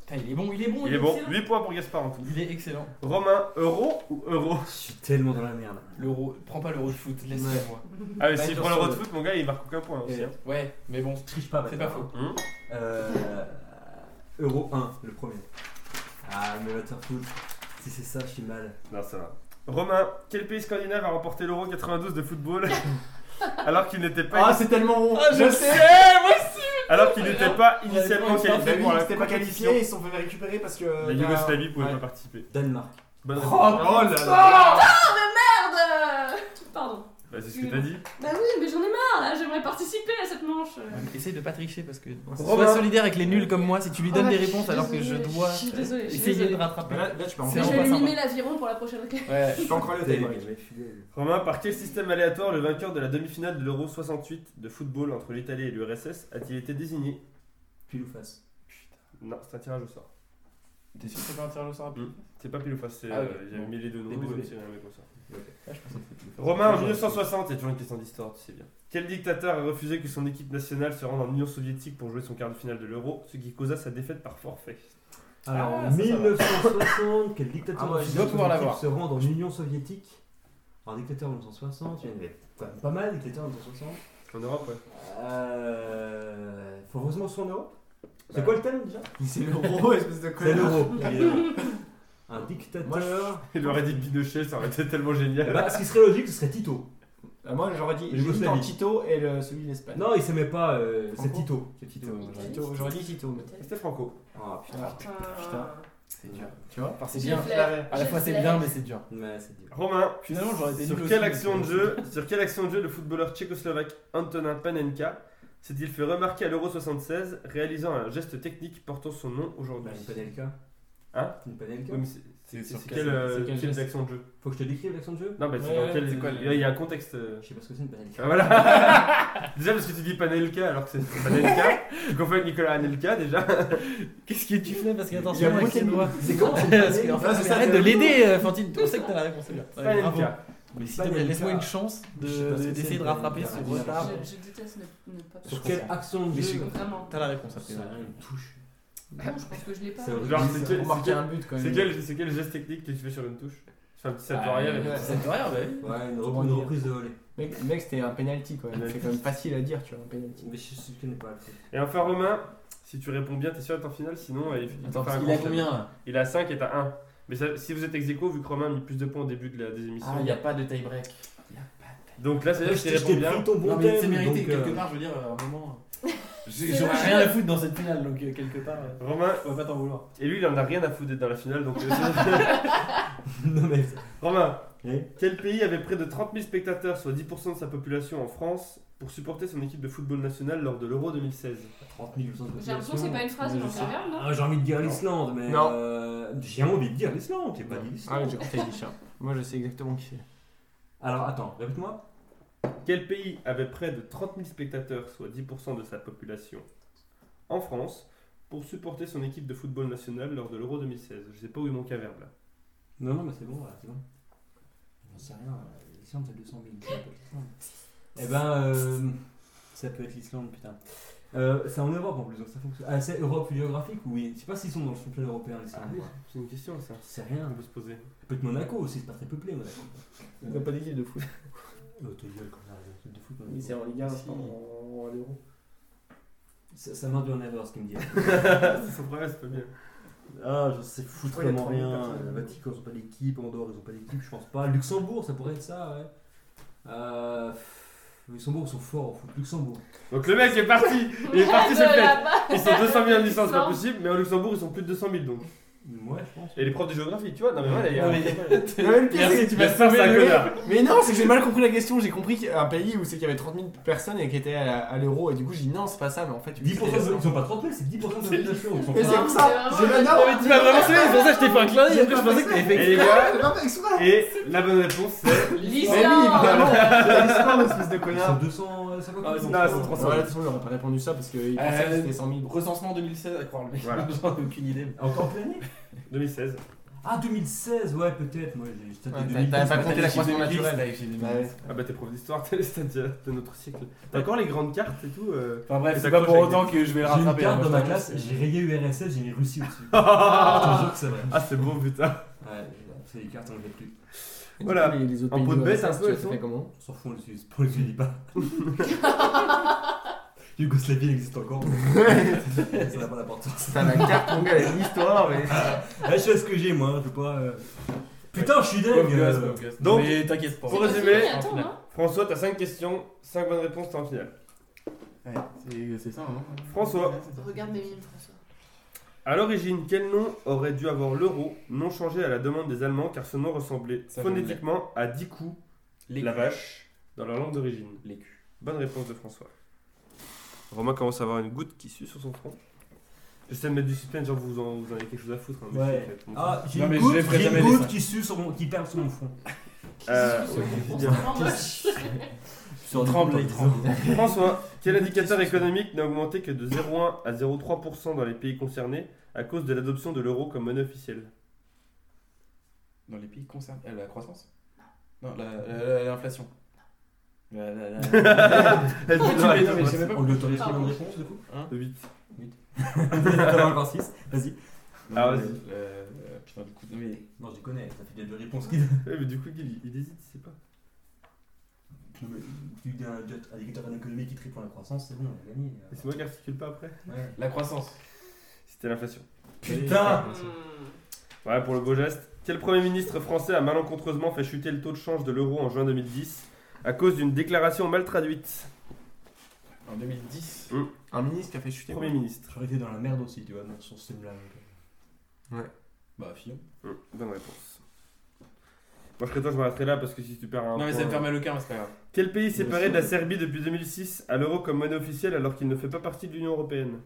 [SPEAKER 2] Putain, il est bon, il est bon,
[SPEAKER 5] Il est bon,
[SPEAKER 2] excellent.
[SPEAKER 5] 8 points pour Gaspard en tout.
[SPEAKER 2] Il est excellent.
[SPEAKER 5] Romain, euro ou euro
[SPEAKER 1] Je suis tellement dans la merde.
[SPEAKER 2] L'euro, prends pas l'euro de foot, laisse-le
[SPEAKER 1] Ouais.
[SPEAKER 2] moi.
[SPEAKER 5] Ah, mais si
[SPEAKER 2] Bah,
[SPEAKER 5] pour
[SPEAKER 2] sur
[SPEAKER 5] l'euro de
[SPEAKER 2] le-
[SPEAKER 5] foot, mon gars, il marque aucun point aussi.
[SPEAKER 1] Et-
[SPEAKER 5] hein.
[SPEAKER 2] Ouais, mais bon.
[SPEAKER 1] Je triche pas,
[SPEAKER 2] C'est
[SPEAKER 1] bâtard.
[SPEAKER 2] pas faux.
[SPEAKER 5] Hum.
[SPEAKER 1] Euh, Euro 1, le premier. Ah, mais va te faire foutre. Si c'est ça, je suis mal.
[SPEAKER 5] Non, ça va. Romain, quel pays scandinave a remporté l'euro 92 de football alors qu'il n'était pas,
[SPEAKER 6] Ah, c'est tellement bon
[SPEAKER 2] Ah, je
[SPEAKER 6] Je
[SPEAKER 2] sais,
[SPEAKER 6] sais
[SPEAKER 2] moi
[SPEAKER 5] alors qu'il n'était pas
[SPEAKER 2] Ouais,
[SPEAKER 5] initialement
[SPEAKER 2] ouais, c'est pas
[SPEAKER 5] qualifié pour la
[SPEAKER 6] C'était pas qualifié, ils se sont fait récupérer parce que.
[SPEAKER 5] La Yougoslavie pouvait
[SPEAKER 6] Ouais.
[SPEAKER 5] pas participer.
[SPEAKER 1] Danemark.
[SPEAKER 5] Bonne
[SPEAKER 2] Oh,
[SPEAKER 5] réponse.
[SPEAKER 6] Oh là là
[SPEAKER 3] Merde Pardon.
[SPEAKER 5] Bah, c'est ce que t'as dit.
[SPEAKER 3] Bah oui, mais j'en ai marre là, j'aimerais participer à cette manche.
[SPEAKER 2] Euh, Essaye de pas tricher parce que.
[SPEAKER 5] Robin.
[SPEAKER 2] Sois solidaire avec les nuls comme moi si tu lui donnes des réponses alors que je dois
[SPEAKER 3] Je suis désolée, je suis
[SPEAKER 2] essayer de
[SPEAKER 3] désolée.
[SPEAKER 2] rattraper.
[SPEAKER 6] Là, là, tu peux
[SPEAKER 2] C'est
[SPEAKER 3] Mais
[SPEAKER 6] encore.
[SPEAKER 3] je
[SPEAKER 2] vraiment
[SPEAKER 3] vais
[SPEAKER 2] pas
[SPEAKER 3] lui
[SPEAKER 2] sympa.
[SPEAKER 3] mimer l'aviron pour la prochaine occasion.
[SPEAKER 2] Ouais.
[SPEAKER 6] Je peux encore le
[SPEAKER 1] T'es
[SPEAKER 6] téléphone.
[SPEAKER 1] les mecs fidèles.
[SPEAKER 5] Romain, par quel système aléatoire le vainqueur de la demi-finale de l'Euro 68 de football entre l'Italie et l'URSS a-t-il été désigné
[SPEAKER 1] Pile ou face.
[SPEAKER 5] Non, c'est un tirage au sort.
[SPEAKER 2] T'es sûr que c'est pas un tirage au sort rapide
[SPEAKER 5] C'est pas pile ou face, c'est,
[SPEAKER 2] Ah
[SPEAKER 5] euh,
[SPEAKER 2] oui,
[SPEAKER 5] j'avais
[SPEAKER 2] bon.
[SPEAKER 5] mis les deux noms.
[SPEAKER 2] Désolé.
[SPEAKER 5] mais c'est un mec au sort.
[SPEAKER 2] Ah, je pensais que c'était-
[SPEAKER 5] Romain, en 1960, il y a toujours une question d'histoire, tu sais bien. Quel dictateur a refusé que son équipe nationale se rende en Union soviétique pour jouer son quart de finale de l'Euro, ce qui causa sa défaite par forfait
[SPEAKER 1] Alors,
[SPEAKER 2] Ah, ça, ça va.
[SPEAKER 1] 1960, quel dictateur
[SPEAKER 6] Ah, moi, je
[SPEAKER 1] nazi
[SPEAKER 2] dois pouvoir
[SPEAKER 1] soviétique
[SPEAKER 2] l'avoir.
[SPEAKER 1] se rendre en Union soviétique Alors, dictateur 1960, il y en avait quand même pas mal, dictateur 1960.
[SPEAKER 5] En Europe, ouais.
[SPEAKER 1] Euh. Faut heureusement que ce soit en Europe. C'est
[SPEAKER 5] Bah.
[SPEAKER 1] quoi le thème déjà
[SPEAKER 6] C'est l'euro, espèce de
[SPEAKER 1] C'est
[SPEAKER 6] connard.
[SPEAKER 1] l'euro. évidemment. Un dictateur.
[SPEAKER 6] Moi,
[SPEAKER 5] Il aurait dit Pinochet, ça aurait été tellement génial.
[SPEAKER 1] Bah, ce qui serait logique, ce serait Tito.
[SPEAKER 6] Ah, Moi, j'aurais
[SPEAKER 1] Le
[SPEAKER 6] dit. J'ai mis dans
[SPEAKER 1] Yougoslavie.
[SPEAKER 6] Tito et le- celui de l'Espagne.
[SPEAKER 1] Non, il s'aimait pas, euh, c'est
[SPEAKER 6] Franco
[SPEAKER 1] Tito.
[SPEAKER 6] C'est Tito.
[SPEAKER 3] Italie.
[SPEAKER 6] j'aurais dit Tito, J'aurais dit Tito. mais-
[SPEAKER 5] C'était Franco.
[SPEAKER 1] Ah putain.
[SPEAKER 6] Ah,
[SPEAKER 3] Putain.
[SPEAKER 6] Putain.
[SPEAKER 2] C'est dur.
[SPEAKER 6] Tu vois
[SPEAKER 2] Enfin, c'est
[SPEAKER 3] J'ai
[SPEAKER 2] bien.
[SPEAKER 3] fait-
[SPEAKER 6] l'avais.
[SPEAKER 2] À la fois, c'est bien, mais c'est dur.
[SPEAKER 1] Mais c'est dur.
[SPEAKER 5] Romain,
[SPEAKER 2] Finalement, j'aurais été nul
[SPEAKER 5] Sur
[SPEAKER 2] aussi, euh,
[SPEAKER 5] quelle,
[SPEAKER 2] mais
[SPEAKER 5] action de
[SPEAKER 2] c'est-
[SPEAKER 5] jeu, sur quelle action de jeu le footballeur tchécoslovaque Antonin Panenka s'est-il fait remarquer à l'Euro 76 réalisant un geste technique portant son nom
[SPEAKER 1] Bah,
[SPEAKER 5] aujourd'hui
[SPEAKER 1] une Panelka.
[SPEAKER 5] Hein
[SPEAKER 1] Une Panelka
[SPEAKER 5] Oui, mais c'est- C'est
[SPEAKER 2] C'est
[SPEAKER 5] c'est
[SPEAKER 2] sur
[SPEAKER 5] quelle,
[SPEAKER 2] quel-
[SPEAKER 5] euh,
[SPEAKER 2] c'est quel
[SPEAKER 5] quelle
[SPEAKER 2] geste
[SPEAKER 5] action de jeu
[SPEAKER 1] Faut que je te décrive l'action de jeu
[SPEAKER 5] Non, bah, c'est
[SPEAKER 6] Ouais,
[SPEAKER 5] dans
[SPEAKER 6] ouais,
[SPEAKER 5] quel.
[SPEAKER 2] c'est quoi le-
[SPEAKER 5] il y a- il y a un contexte. euh.
[SPEAKER 1] Je sais pas ce que c'est une Panelka.
[SPEAKER 5] Ah, voilà Déjà parce que tu dis Panenka alors que c'est c'est Panenka, tu confonds avec Nicolas Anelka déjà.
[SPEAKER 2] Qu'est-ce que tu fais Parce
[SPEAKER 1] Il y a
[SPEAKER 2] qu'attention, avec
[SPEAKER 1] beaucoup
[SPEAKER 2] ses
[SPEAKER 1] de-
[SPEAKER 2] doigts.
[SPEAKER 1] C'est comment c'est
[SPEAKER 2] Parce
[SPEAKER 1] une
[SPEAKER 2] que,
[SPEAKER 1] Panelka
[SPEAKER 2] en fait,
[SPEAKER 6] Ouais, c'est ça,
[SPEAKER 2] arrête
[SPEAKER 6] c'est-
[SPEAKER 2] de l'aider, euh, Fantine. On sait que t'as la réponse, c'est bien. Ouais, bravo.
[SPEAKER 5] Panenka.
[SPEAKER 2] Mais s'il te
[SPEAKER 1] Panenka.
[SPEAKER 2] plaît, laisse-moi une chance de-
[SPEAKER 1] Je sais pas ce que
[SPEAKER 2] d'essayer
[SPEAKER 1] c'est,
[SPEAKER 2] de rattraper
[SPEAKER 1] Panenka.
[SPEAKER 2] ce
[SPEAKER 1] Ah,
[SPEAKER 2] retard.
[SPEAKER 3] Je, je déteste ne, ne pas
[SPEAKER 1] Sur
[SPEAKER 2] Je
[SPEAKER 1] quelle
[SPEAKER 2] comprends.
[SPEAKER 1] action de
[SPEAKER 2] Mais
[SPEAKER 1] jeu
[SPEAKER 2] je-
[SPEAKER 3] Vraiment.
[SPEAKER 2] T'as la réponse après.
[SPEAKER 1] Ça a rien, une touche.
[SPEAKER 3] Non, je pense que je l'ai pas.
[SPEAKER 1] C'est horrible.
[SPEAKER 5] Genre,
[SPEAKER 6] Genre,
[SPEAKER 5] c'est quel-
[SPEAKER 6] c'est
[SPEAKER 5] c'est
[SPEAKER 6] marquer
[SPEAKER 5] quel-
[SPEAKER 6] un but quand même.
[SPEAKER 5] C'est quel, c'est quel geste technique que tu fais sur une touche Tu fais un petit salto
[SPEAKER 2] Ah,
[SPEAKER 5] arrière et
[SPEAKER 2] ouais,
[SPEAKER 5] puis-
[SPEAKER 2] Ça te rien, ouais.
[SPEAKER 1] Ouais, une,
[SPEAKER 6] Comment
[SPEAKER 1] reprise- une
[SPEAKER 6] dire
[SPEAKER 1] reprise de volet.
[SPEAKER 6] Mec, mec, c'était un penalty quoi.
[SPEAKER 5] Penalty.
[SPEAKER 6] C'est quand même facile à dire, tu vois, un penalty.
[SPEAKER 1] Mais je, je connais pas le foot.
[SPEAKER 5] Et enfin, Romain, si tu réponds bien, t'es sûr d'être en finale, sinon euh, il, il
[SPEAKER 2] Attends,
[SPEAKER 5] peut faire un
[SPEAKER 2] il
[SPEAKER 5] grand
[SPEAKER 2] a
[SPEAKER 5] chelem.
[SPEAKER 2] combien là
[SPEAKER 5] Il a 5 et t'as 1. Mais ça- si vous êtes ex aequo, vu que Romain a mis plus de points au début de la, des émissions.
[SPEAKER 2] Ah, il n'y a pas Ah, de tie-break. Il y a pas de
[SPEAKER 5] Donc là, c'est
[SPEAKER 1] Je
[SPEAKER 5] dire que tu
[SPEAKER 1] t'ai je
[SPEAKER 5] réponds
[SPEAKER 1] t'ai
[SPEAKER 5] bien.
[SPEAKER 1] pris ton
[SPEAKER 2] Non,
[SPEAKER 1] bon
[SPEAKER 2] mais c'est
[SPEAKER 1] thème.
[SPEAKER 2] mérité,
[SPEAKER 1] donc,
[SPEAKER 2] quelque
[SPEAKER 1] euh,
[SPEAKER 2] part, je veux dire, à un moment.
[SPEAKER 3] C'est
[SPEAKER 2] j'ai- J'aurais
[SPEAKER 3] vrai.
[SPEAKER 2] rien à foutre dans cette finale, donc euh, quelque part, euh,
[SPEAKER 5] Romain,
[SPEAKER 2] on va pas t'en vouloir.
[SPEAKER 5] et lui, il en a rien à foutre d'être dans la finale. Donc, euh,
[SPEAKER 1] Non, mais. Eh,
[SPEAKER 5] Romain,
[SPEAKER 1] Oui.
[SPEAKER 5] quel pays avait près de 30 000 spectateurs, soit 10% de sa population en France, pour supporter son équipe de football nationale lors de l'Euro 2016
[SPEAKER 3] J'ai l'impression que c'est pas une phrase, j'en sais rien, non
[SPEAKER 1] Ah, j'ai envie de dire l'Islande, mais.
[SPEAKER 6] Non. Ah
[SPEAKER 1] euh, j'ai envie de dire l'Islande, j'ai pas dit l'Islande.
[SPEAKER 6] j'ai compté les chiens. Moi, je sais exactement qui c'est.
[SPEAKER 1] Alors attends, répète-moi.
[SPEAKER 5] Quel pays avait près de 30 000 spectateurs, soit 10% de sa population en France, pour supporter son équipe de football nationale lors de l'Euro 2016 Je sais pas où est mon caverbe là.
[SPEAKER 1] Non, non, mais c'est bon, voilà, c'est bon. J'en sais rien, euh, l'Islande c'est 200 000. c'est pas l'Islande. eh ben, euh, ça peut être l'Islande, putain. Euh, c'est en Europe en plus, donc ça fonctionne. Ah, c'est Europe géographique Oui. Je sais pas s'ils sont dans le championnat européen, les
[SPEAKER 5] Ah
[SPEAKER 1] Irlandais.
[SPEAKER 5] oui, c'est une question ça.
[SPEAKER 1] C'est
[SPEAKER 2] Ah.
[SPEAKER 5] On
[SPEAKER 1] rien.
[SPEAKER 5] peut se poser.
[SPEAKER 1] Peut-être Monaco aussi, c'est pas très peuplé, Monaco.
[SPEAKER 2] Ils n'ont pas d'équipe de foot.
[SPEAKER 1] Euh, ta gueule, quand ça arrive, c'est de foot, Monaco.
[SPEAKER 2] Oui, c'est en Ligue 1,
[SPEAKER 1] Si.
[SPEAKER 2] en, en, en Euro.
[SPEAKER 1] Ça, ça m'induit en erreur ce qu'il me dit.
[SPEAKER 5] c'est son problème, c'est pas bien.
[SPEAKER 1] Ah, je sais foutre
[SPEAKER 2] Pourquoi il y a
[SPEAKER 1] vraiment
[SPEAKER 2] 30 000
[SPEAKER 1] rien.
[SPEAKER 2] personnes
[SPEAKER 1] Le Vatican, ils ont pas d'équipe. Andorre, ils ont pas d'équipe, je pense pas. Luxembourg, ça pourrait être ça, ouais. Euh, pff, Luxembourg, ils sont forts au foot. Luxembourg.
[SPEAKER 5] Donc le mec est parti Il est parti se faire
[SPEAKER 3] bah,
[SPEAKER 5] Ils sont 200 000 en licence, c'est pas possible, mais au Luxembourg ils sont plus de 200 000 donc.
[SPEAKER 1] Ouais, je pense.
[SPEAKER 5] Et les profs de géographie, tu vois Non mais voilà, il y a.
[SPEAKER 6] Non, mais- Non, mais le pire, c'est que tu vas
[SPEAKER 5] Merci, merci,
[SPEAKER 6] sauver
[SPEAKER 5] c'est un
[SPEAKER 6] le-
[SPEAKER 5] connard.
[SPEAKER 6] Mais non, c'est que j'ai mal compris la question. J'ai compris qu'il y a un pays où c'est qu'il y avait 30 000 personnes et qui étaient à, la- à l'euro. Et du coup, j'ai dit non, c'est pas ça. Mais en fait,
[SPEAKER 1] 10% de- ils ont pas 30 000, c'est 10% de la population. ils sont
[SPEAKER 6] Mais c'est
[SPEAKER 1] forts.
[SPEAKER 6] pour ça.
[SPEAKER 3] C'est
[SPEAKER 6] J'ai
[SPEAKER 3] vraiment-
[SPEAKER 6] mal non, mais
[SPEAKER 5] Tu m'as vraiment sauvé, c'est pour ça que je t'ai fait un clin d'œil,
[SPEAKER 6] J'ai
[SPEAKER 5] après je
[SPEAKER 6] pas
[SPEAKER 5] pensais
[SPEAKER 6] fait
[SPEAKER 5] que t'avais
[SPEAKER 6] ça.
[SPEAKER 5] fait exprès.
[SPEAKER 6] j'ai pas fait exprès.
[SPEAKER 5] Et la bonne réponse c'est.
[SPEAKER 6] Mais oui, évidemment.
[SPEAKER 3] L'Islande
[SPEAKER 6] C'est l'histoire, espèce de
[SPEAKER 1] Ils
[SPEAKER 6] connard.
[SPEAKER 1] sont 250
[SPEAKER 5] Ah,
[SPEAKER 1] 000.
[SPEAKER 5] c'est- non, c'est 300.
[SPEAKER 6] Ouais, de toute façon, j'aurais pas répondu ça parce qu'il pensait que c'était 100 000.
[SPEAKER 2] Recensement 2016, à croire le mec.
[SPEAKER 5] Voilà.
[SPEAKER 2] J'en ai aucune idée.
[SPEAKER 1] Ah, Encore plein année
[SPEAKER 5] 2016.
[SPEAKER 1] Ah, 2016, ouais, peut-être. Moi, j'ai j'ai tapé
[SPEAKER 6] Ouais, T'as
[SPEAKER 1] 2015.
[SPEAKER 6] pas compté la croissance naturelle.
[SPEAKER 2] naturelle.
[SPEAKER 5] Ah bah t'es prof d'histoire, t'es de notre cycle. T'as encore les grandes cartes et tout euh,
[SPEAKER 2] Enfin bref,
[SPEAKER 5] Et
[SPEAKER 2] c'est
[SPEAKER 5] t'accroches
[SPEAKER 2] pas pour
[SPEAKER 5] avec
[SPEAKER 2] autant que je vais le
[SPEAKER 1] J'ai une
[SPEAKER 2] rattraper. hein,
[SPEAKER 1] carte
[SPEAKER 2] moi,
[SPEAKER 1] dans
[SPEAKER 2] je
[SPEAKER 1] ma
[SPEAKER 2] t'annonce,
[SPEAKER 1] classe,
[SPEAKER 2] c'est-
[SPEAKER 1] j'ai rayé URSS, j'ai mis Russie au-dessus. Je te
[SPEAKER 5] Ah
[SPEAKER 1] jure que c'est vrai.
[SPEAKER 5] c'est bon putain.
[SPEAKER 1] Ouais, c'est les cartes, on les met plus.
[SPEAKER 5] Voilà. En peau de bête, un peu, elles sont-
[SPEAKER 6] fait comment
[SPEAKER 1] On s'en fout, on l'utilise. Pour l'utiliser pas. Yougoslavie existe encore. mais ça n'a pas d'importance.
[SPEAKER 6] Putain, la carte, mon gars, elle est l'histoire, mais.
[SPEAKER 1] Ah, je fais ce que j'ai, moi. Je veux pas. euh, Putain, je suis
[SPEAKER 2] Pauvre
[SPEAKER 1] dingue.
[SPEAKER 2] gosse,
[SPEAKER 1] euh,
[SPEAKER 2] pauvre gosse.
[SPEAKER 5] donc,
[SPEAKER 2] mais t'inquiète pas.
[SPEAKER 5] pour
[SPEAKER 3] C'est pas
[SPEAKER 5] résumer-
[SPEAKER 3] fini, attends, non
[SPEAKER 5] François, t'as 5 questions, 5 bonnes réponses, hein. t'es en finale.
[SPEAKER 2] Ouais, c'est- c'est ça, hein.
[SPEAKER 5] François.
[SPEAKER 2] Ouais, c'est ça.
[SPEAKER 3] Regarde mes mimes, François.
[SPEAKER 5] À l'origine, quel nom aurait dû avoir l'euro, non changé à la demande des Allemands car ce nom ressemblait
[SPEAKER 2] Ça, je
[SPEAKER 5] phonétiquement à 10 coups
[SPEAKER 2] Les
[SPEAKER 5] la vache dans leur langue d'origine
[SPEAKER 2] L'écu.
[SPEAKER 5] Bonne réponse de François. Romain commence à avoir une goutte qui sue sur son front. J'essaie de mettre du suspense, genre vous, en, vous en avez quelque chose à foutre. hein, mais si,
[SPEAKER 1] Ouais.
[SPEAKER 5] en fait, on-
[SPEAKER 1] Ah, j'ai
[SPEAKER 2] Non,
[SPEAKER 1] une
[SPEAKER 2] mais je
[SPEAKER 1] goutte,
[SPEAKER 2] les ferai
[SPEAKER 1] j'ai une
[SPEAKER 2] jamais, les
[SPEAKER 1] goutte
[SPEAKER 2] seins.
[SPEAKER 1] qui, sue sur mon, qui perle sur mon front.
[SPEAKER 2] Oh,
[SPEAKER 5] Euh,
[SPEAKER 3] Qu'est-ce que
[SPEAKER 5] ouais,
[SPEAKER 3] c'est
[SPEAKER 5] c'est
[SPEAKER 3] pour
[SPEAKER 5] bien.
[SPEAKER 3] ça, vraiment moche.
[SPEAKER 2] Il tremble, il tremble.
[SPEAKER 5] François, quel indicateur économique n'a augmenté que de 0,1 à 0,3% dans les pays concernés à cause de l'adoption de l'euro comme monnaie officielle
[SPEAKER 2] Dans les pays concernés. euh, La croissance Non, la- la- la- l'inflation. La- la- la-
[SPEAKER 5] Elle dit non, elle
[SPEAKER 2] non, mais
[SPEAKER 5] dit
[SPEAKER 2] je sais
[SPEAKER 5] non.
[SPEAKER 2] pas
[SPEAKER 1] On l'autorise
[SPEAKER 3] Pardon.
[SPEAKER 1] combien de réponses, du coup
[SPEAKER 5] De huit.
[SPEAKER 1] T'en as encore 6. Vas-y.
[SPEAKER 5] Ah,
[SPEAKER 2] Non, mais,
[SPEAKER 5] vas-y.
[SPEAKER 2] euh, euh, Putain, du coup, non, mais.
[SPEAKER 1] Non, je les connais. Ça fait déjà deux réponses qui. Non,
[SPEAKER 5] Ouais, mais du coup, il, il hésite, il sait pas.
[SPEAKER 1] mais Tu dis un un indicateur économique qui triple la croissance, c'est bon, on a gagné.
[SPEAKER 5] Et C'est moi qui articule pas après.
[SPEAKER 1] Ouais.
[SPEAKER 2] La croissance.
[SPEAKER 5] C'était l'inflation.
[SPEAKER 1] Putain
[SPEAKER 3] Hmm,
[SPEAKER 5] Voilà pour le beau geste. Quel Premier ministre français a malencontreusement fait chuter le taux de change de l'euro en juin 2010 à cause d'une déclaration mal traduite
[SPEAKER 2] En 2010.
[SPEAKER 6] Un ministre qui a fait chuter.
[SPEAKER 5] Premier ministre.
[SPEAKER 1] J'aurais été dans la merde aussi, tu vois, dans sur ce là
[SPEAKER 2] Bah, Fillon.
[SPEAKER 5] Hum, bonne réponse. Moi, je serais toi, je m'arrêterai là parce que si tu perds un.
[SPEAKER 2] Non, mais ça me
[SPEAKER 5] point- euh,
[SPEAKER 2] fait mal au cœur, mais c'est pas grave.
[SPEAKER 5] Quel pays s'est
[SPEAKER 2] Bien
[SPEAKER 5] séparé
[SPEAKER 2] sûr.
[SPEAKER 5] de la Serbie depuis 2006 à l'euro comme monnaie officielle alors qu'il ne fait pas partie de l'Union Européenne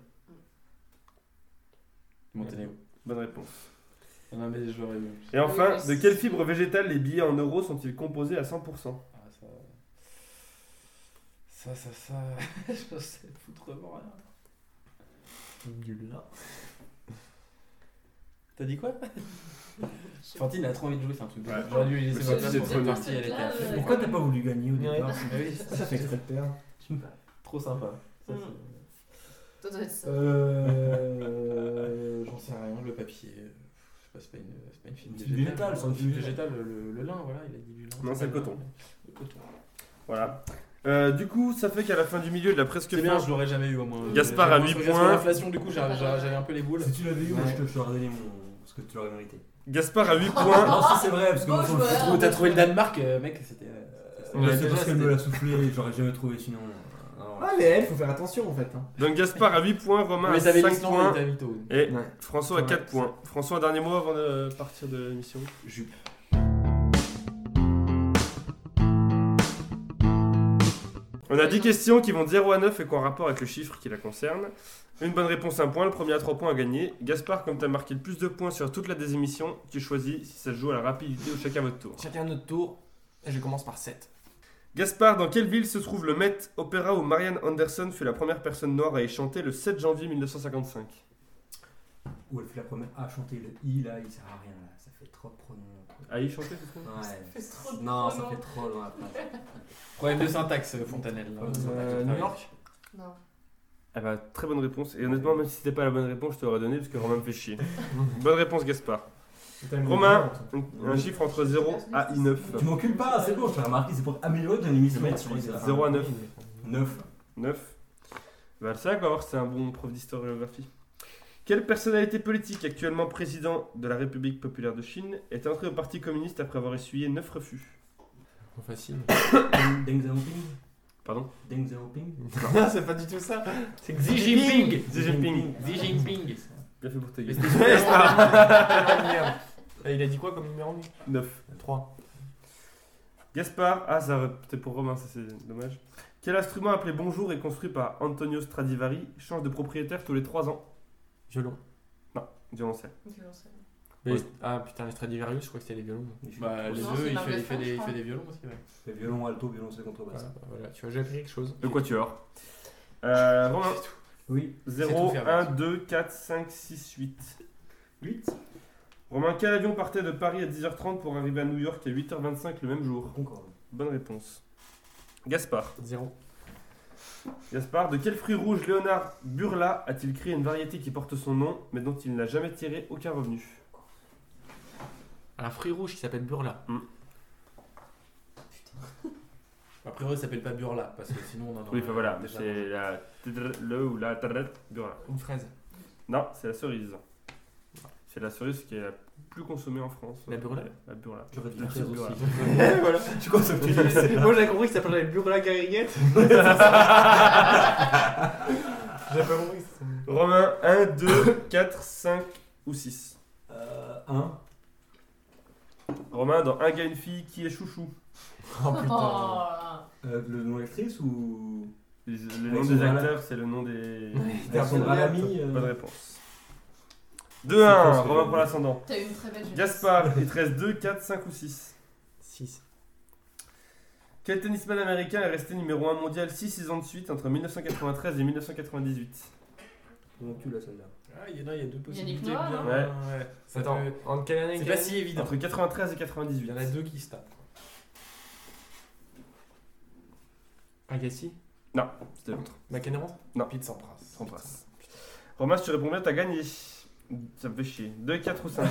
[SPEAKER 2] Monténégro.
[SPEAKER 5] Bonne réponse.
[SPEAKER 2] Ah Non, mais je l'aurais eu.
[SPEAKER 5] Et enfin,
[SPEAKER 3] Oui,
[SPEAKER 5] de
[SPEAKER 3] mais
[SPEAKER 5] quelle
[SPEAKER 3] c'est-
[SPEAKER 5] fibre végétale les billets en euros sont-ils composés à 100%
[SPEAKER 2] Ah, ça. Ça, ça, ça. je sais foutrement rien. Nul là. T'as dit quoi Fantine a trop envie de jouer, c'est un truc. de
[SPEAKER 5] Ouais.
[SPEAKER 2] fou. J'aurais dû lui laisser
[SPEAKER 5] Mais
[SPEAKER 2] ma
[SPEAKER 5] c'est-
[SPEAKER 2] place
[SPEAKER 5] c'est
[SPEAKER 2] pour
[SPEAKER 5] trop
[SPEAKER 2] cette
[SPEAKER 5] nul.
[SPEAKER 2] partie, elle était à fond.
[SPEAKER 1] Pourquoi t'as pas voulu gagner au
[SPEAKER 6] Ouais.
[SPEAKER 1] départ
[SPEAKER 2] Ah oui, ça
[SPEAKER 6] Ça fait exprès de perdre.
[SPEAKER 2] Trop sympa. Ça,
[SPEAKER 3] Mm.
[SPEAKER 2] c'est-
[SPEAKER 3] Toi, dois être ça.
[SPEAKER 2] Euh. J'en sais rien, le papier. euh, Je sais pas, c'est pas une, c'est pas une fibre
[SPEAKER 1] Une fibre
[SPEAKER 2] végétale.
[SPEAKER 1] végétale, c'est une fibre
[SPEAKER 2] végétale, le, le lin, voilà, il a dit du lin.
[SPEAKER 5] Non, c'est le
[SPEAKER 2] pas
[SPEAKER 5] coton.
[SPEAKER 2] Le coton.
[SPEAKER 5] Voilà. Euh, du coup, ça fait qu'à la fin du milieu de la presque
[SPEAKER 2] C'est
[SPEAKER 5] fin
[SPEAKER 2] bien, je l'aurais jamais eu au moins.
[SPEAKER 5] Gaspard a huit
[SPEAKER 2] Sur- sur
[SPEAKER 5] points.
[SPEAKER 2] L'inflation, du coup, j'ai- j'ai- j'avais un peu les boules.
[SPEAKER 1] Si tu l'avais eu, moi
[SPEAKER 2] Ouais.
[SPEAKER 1] je te- je t'aurais donné mon. Parce que tu l'aurais mérité.
[SPEAKER 5] Gaspard a 8 points.
[SPEAKER 1] Non, si c'est vrai, parce que
[SPEAKER 3] Bon
[SPEAKER 1] moi je le
[SPEAKER 3] joueur.
[SPEAKER 1] fous.
[SPEAKER 2] Où t'as trouvé le Danemark, euh, mec, c'était. euh,
[SPEAKER 6] On l'a
[SPEAKER 1] C'est
[SPEAKER 6] déjà,
[SPEAKER 1] parce qu'elle me
[SPEAKER 6] c'était-
[SPEAKER 1] l'a soufflé, j'aurais jamais trouvé sinon. euh, alors,
[SPEAKER 6] Ah, mais elle, faut faire attention en fait. hein.
[SPEAKER 5] Donc Gaspard a 8 points, Romain
[SPEAKER 2] Mais
[SPEAKER 5] a
[SPEAKER 2] t'avais
[SPEAKER 5] 5
[SPEAKER 2] l'Islande
[SPEAKER 5] points
[SPEAKER 2] et t'as mytho.
[SPEAKER 5] et
[SPEAKER 6] Ouais.
[SPEAKER 5] François a 4 points. François, un dernier mot avant de partir de l'émission
[SPEAKER 2] Jupe.
[SPEAKER 5] On a 10 questions qui vont de 0 à 9 et qui ont un rapport avec le chiffre qui la concerne. Une bonne réponse, un point. Le premier à 3 points à gagner. Gaspard, comme t'as marqué le plus de points sur toute la désémission, tu choisis si ça se joue à la rapidité ou chacun votre tour.
[SPEAKER 6] Chacun notre tour. Et je commence par 7.
[SPEAKER 5] Gaspard, dans quelle ville se trouve le Met Opéra où Marianne Anderson fut la première personne noire à y chanter le 7 janvier 1955
[SPEAKER 1] Où elle fait la première à chanter le i là, il sert à rien là, ça fait trop de pronoms.
[SPEAKER 5] À y chanter, c'est ça
[SPEAKER 1] Ouais.
[SPEAKER 3] fait trop de
[SPEAKER 1] non, ça
[SPEAKER 3] pronoms.
[SPEAKER 1] fait trop loin.
[SPEAKER 2] Problème euh, hein, de syntaxe, Fontanelle.
[SPEAKER 1] Euh,
[SPEAKER 6] New York
[SPEAKER 3] Non.
[SPEAKER 5] Eh bah, très bonne réponse. Et honnêtement, même si c'était pas la bonne réponse, je te l'aurais donné parce que Romain me fait chier. bonne réponse, Gaspard. Romain, un, un chiffre entre 0 à 9.
[SPEAKER 1] Tu m'encules pas, c'est bon, je t'ai remarqué, c'est pour améliorer ton émission sur les
[SPEAKER 5] 0 à 9.
[SPEAKER 1] 9.
[SPEAKER 5] 9. Bah, ça, on va voir si c'est un bon prof d'historiographie. Quelle personnalité politique, actuellement président de la République populaire de Chine, est entrée au Parti communiste après avoir essuyé 9 refus
[SPEAKER 6] Facile.
[SPEAKER 1] Deng Xiaoping
[SPEAKER 5] Pardon
[SPEAKER 1] Deng Xiaoping
[SPEAKER 6] Non, c'est pas du tout ça.
[SPEAKER 2] C'est Xi Jinping
[SPEAKER 5] Xi Jinping.
[SPEAKER 2] Xi Jinping
[SPEAKER 5] Bien fait pour ta gueule.
[SPEAKER 6] Ah, merde. Euh, Il a dit quoi comme numéro
[SPEAKER 5] 9.
[SPEAKER 6] 3.
[SPEAKER 5] Gaspard, ah, ça aurait- c'était pour Romain, ça c'est dommage. Quel instrument appelé Bonjour est construit par Antonio Stradivari, change de propriétaire tous les 3 ans
[SPEAKER 6] Violon.
[SPEAKER 5] Violoncelle.
[SPEAKER 6] Mais- Ah putain, les Stradivarius, je crois que c'était les violons.
[SPEAKER 2] Bah, les
[SPEAKER 3] Non,
[SPEAKER 2] deux,
[SPEAKER 3] c'est
[SPEAKER 2] il
[SPEAKER 3] Margaret
[SPEAKER 2] fait, il fait
[SPEAKER 3] French,
[SPEAKER 2] des, il
[SPEAKER 3] je
[SPEAKER 2] fait des violons aussi, ouais.
[SPEAKER 1] C'est violon, alto, violon, c'est contrebasse.
[SPEAKER 6] Voilà, voilà, tu vois, j'ai appris quelque chose.
[SPEAKER 5] Le quatuor. Euh, Romain,
[SPEAKER 1] Oui.
[SPEAKER 2] tout
[SPEAKER 5] 0,
[SPEAKER 2] faire,
[SPEAKER 5] 1,
[SPEAKER 2] merci.
[SPEAKER 5] 2, 4, 5, 6, 8.
[SPEAKER 1] 8
[SPEAKER 5] Romain, quel avion partait de Paris à 10h30 pour arriver à New York à 8h25 le même jour
[SPEAKER 1] Concorde.
[SPEAKER 5] Bonne réponse. Gaspard.
[SPEAKER 6] 0.
[SPEAKER 5] Gaspard, de quel fruit rouge Léonard Burla a-t-il créé une variété qui porte son nom, mais dont il n'a jamais tiré aucun revenu
[SPEAKER 6] Un fruit rouge qui s'appelle Burla.
[SPEAKER 5] Mm.
[SPEAKER 2] A priori, ça s'appelle pas Burla, parce que sinon on en
[SPEAKER 5] Oui,
[SPEAKER 2] aurait
[SPEAKER 5] enfin voilà,
[SPEAKER 2] déjà
[SPEAKER 5] c'est la. Le ou la. Burla.
[SPEAKER 6] Une fraise.
[SPEAKER 5] Non, c'est la cerise. C'est la cerise qui est la plus consommée en France.
[SPEAKER 6] La Burla
[SPEAKER 5] La Burla.
[SPEAKER 1] J'aurais dit
[SPEAKER 5] La petite Burla.
[SPEAKER 6] voilà.
[SPEAKER 1] Tu crois que ça me fait
[SPEAKER 6] Moi j'avais compris que ça s'appelait Burla Gariguette. J'avais pas compris. que ça s'appelait-
[SPEAKER 5] Romain, 1, 2, 4, 5 ou 6.
[SPEAKER 1] Euh. 1.
[SPEAKER 5] Romain, dans Un gars, une fille, qui est chouchou
[SPEAKER 6] Oh putain.
[SPEAKER 3] Oh,
[SPEAKER 1] Euh, le nom de l'actrice ou.
[SPEAKER 5] Les- Le
[SPEAKER 1] Ouais,
[SPEAKER 5] nom
[SPEAKER 1] ils
[SPEAKER 5] des
[SPEAKER 1] sont
[SPEAKER 5] acteurs, c'est le nom des.
[SPEAKER 6] T'as
[SPEAKER 1] Alexandra
[SPEAKER 6] raison.
[SPEAKER 1] Lamy
[SPEAKER 5] Bonne
[SPEAKER 1] euh,
[SPEAKER 5] réponse. 2-1,
[SPEAKER 1] C'est quoi,
[SPEAKER 5] Romain
[SPEAKER 1] ce
[SPEAKER 5] pour l'ascendant.
[SPEAKER 3] T'as eu une très belle jeunesse.
[SPEAKER 5] Gaspard, il te reste 2, 4, 5 ou 6.
[SPEAKER 6] 6.
[SPEAKER 5] Quel tennisman américain est resté numéro 1 mondial 6 saisons de suite entre 1993 et 1998
[SPEAKER 1] Mon cul là, celle-là.
[SPEAKER 2] Ah, il y en a, il y a deux possibilités.
[SPEAKER 3] Noah,
[SPEAKER 2] bien,
[SPEAKER 5] non
[SPEAKER 2] ouais. Ça
[SPEAKER 6] Attends,
[SPEAKER 2] peut-
[SPEAKER 6] entre Euh, quelle année et
[SPEAKER 2] C'est
[SPEAKER 6] quelle
[SPEAKER 2] pas si évident.
[SPEAKER 5] Entre 93 et
[SPEAKER 2] Il y
[SPEAKER 5] 98.
[SPEAKER 2] en a deux qui se tapent.
[SPEAKER 6] année Agassi
[SPEAKER 5] C'était l'autre.
[SPEAKER 6] McEnroe
[SPEAKER 5] Non.
[SPEAKER 2] Pete Sampras.
[SPEAKER 5] Sans trace. Romain, si tu réponds bien, t'as gagné. Ça me fait chier. 2, 4 ou 5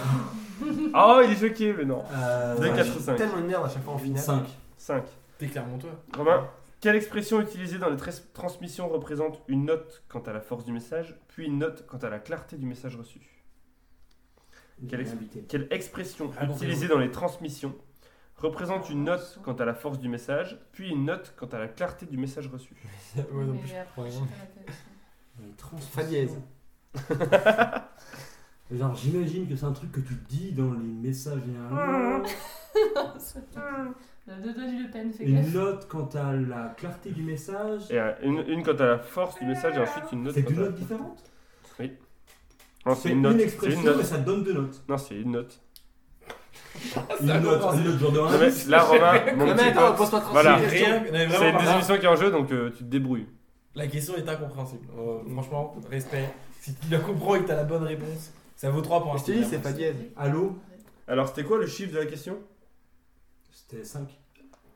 [SPEAKER 5] Oh, il est choqué, mais non.
[SPEAKER 1] Euh.
[SPEAKER 5] 2, 4
[SPEAKER 6] je
[SPEAKER 5] ou
[SPEAKER 6] suis
[SPEAKER 5] 5
[SPEAKER 6] Tellement de merde à chaque fois en finale.
[SPEAKER 1] 5.
[SPEAKER 5] 5.
[SPEAKER 2] T'es Clermontois.
[SPEAKER 5] Romain, quelle expression utilisée dans les trais- transmissions représente une note quant à la force du message, puis une note quant à la clarté du message reçu Quel ex- Quelle expression
[SPEAKER 2] Ah, bon,
[SPEAKER 5] utilisée
[SPEAKER 2] c'est bon.
[SPEAKER 5] dans les transmissions représente une note quant à la force du message, puis une note quant à la clarté du message reçu
[SPEAKER 6] Ouais, non plus. hein.
[SPEAKER 3] Mais après,
[SPEAKER 6] Ouais.
[SPEAKER 3] je sais pas laquelle
[SPEAKER 1] Trans.
[SPEAKER 6] Fa dièse.
[SPEAKER 1] Genre, j'imagine que c'est un truc que tu dis dans les messages généralement.
[SPEAKER 3] c'est. Hmm. Le dodo du Le Pen fait
[SPEAKER 1] Une
[SPEAKER 3] gaffe.
[SPEAKER 1] note quant à la clarté du message.
[SPEAKER 5] Et, euh, une, une quant à la force du message et ensuite une note.
[SPEAKER 1] C'est
[SPEAKER 5] quant
[SPEAKER 1] deux
[SPEAKER 5] à la-
[SPEAKER 1] notes différentes
[SPEAKER 5] Non, c'est une note. C'est
[SPEAKER 1] expression,
[SPEAKER 5] une
[SPEAKER 1] mais
[SPEAKER 5] note.
[SPEAKER 1] ça te donne deux notes.
[SPEAKER 5] Non, c'est une note.
[SPEAKER 1] Une note, une note genre de
[SPEAKER 5] Non, mais là, Romain, mon
[SPEAKER 6] Non, mais
[SPEAKER 5] petit
[SPEAKER 6] attends,
[SPEAKER 5] pote,
[SPEAKER 6] oh, pose-toi 36
[SPEAKER 5] Voilà.
[SPEAKER 6] questions.
[SPEAKER 2] Rien, non, mais
[SPEAKER 5] c'est
[SPEAKER 2] vraiment
[SPEAKER 5] une
[SPEAKER 2] pas
[SPEAKER 5] des
[SPEAKER 2] grave.
[SPEAKER 5] émissions qui est en jeu, donc euh, tu te débrouilles.
[SPEAKER 2] La question est incompréhensible. Euh, franchement, respect. Si tu la comprends et que t'as la bonne réponse, ça vaut 3 points.
[SPEAKER 6] Je te dis, c'est pas dièse.
[SPEAKER 1] Allô
[SPEAKER 5] Alors, c'était quoi le chiffre de la question
[SPEAKER 1] C'était 5.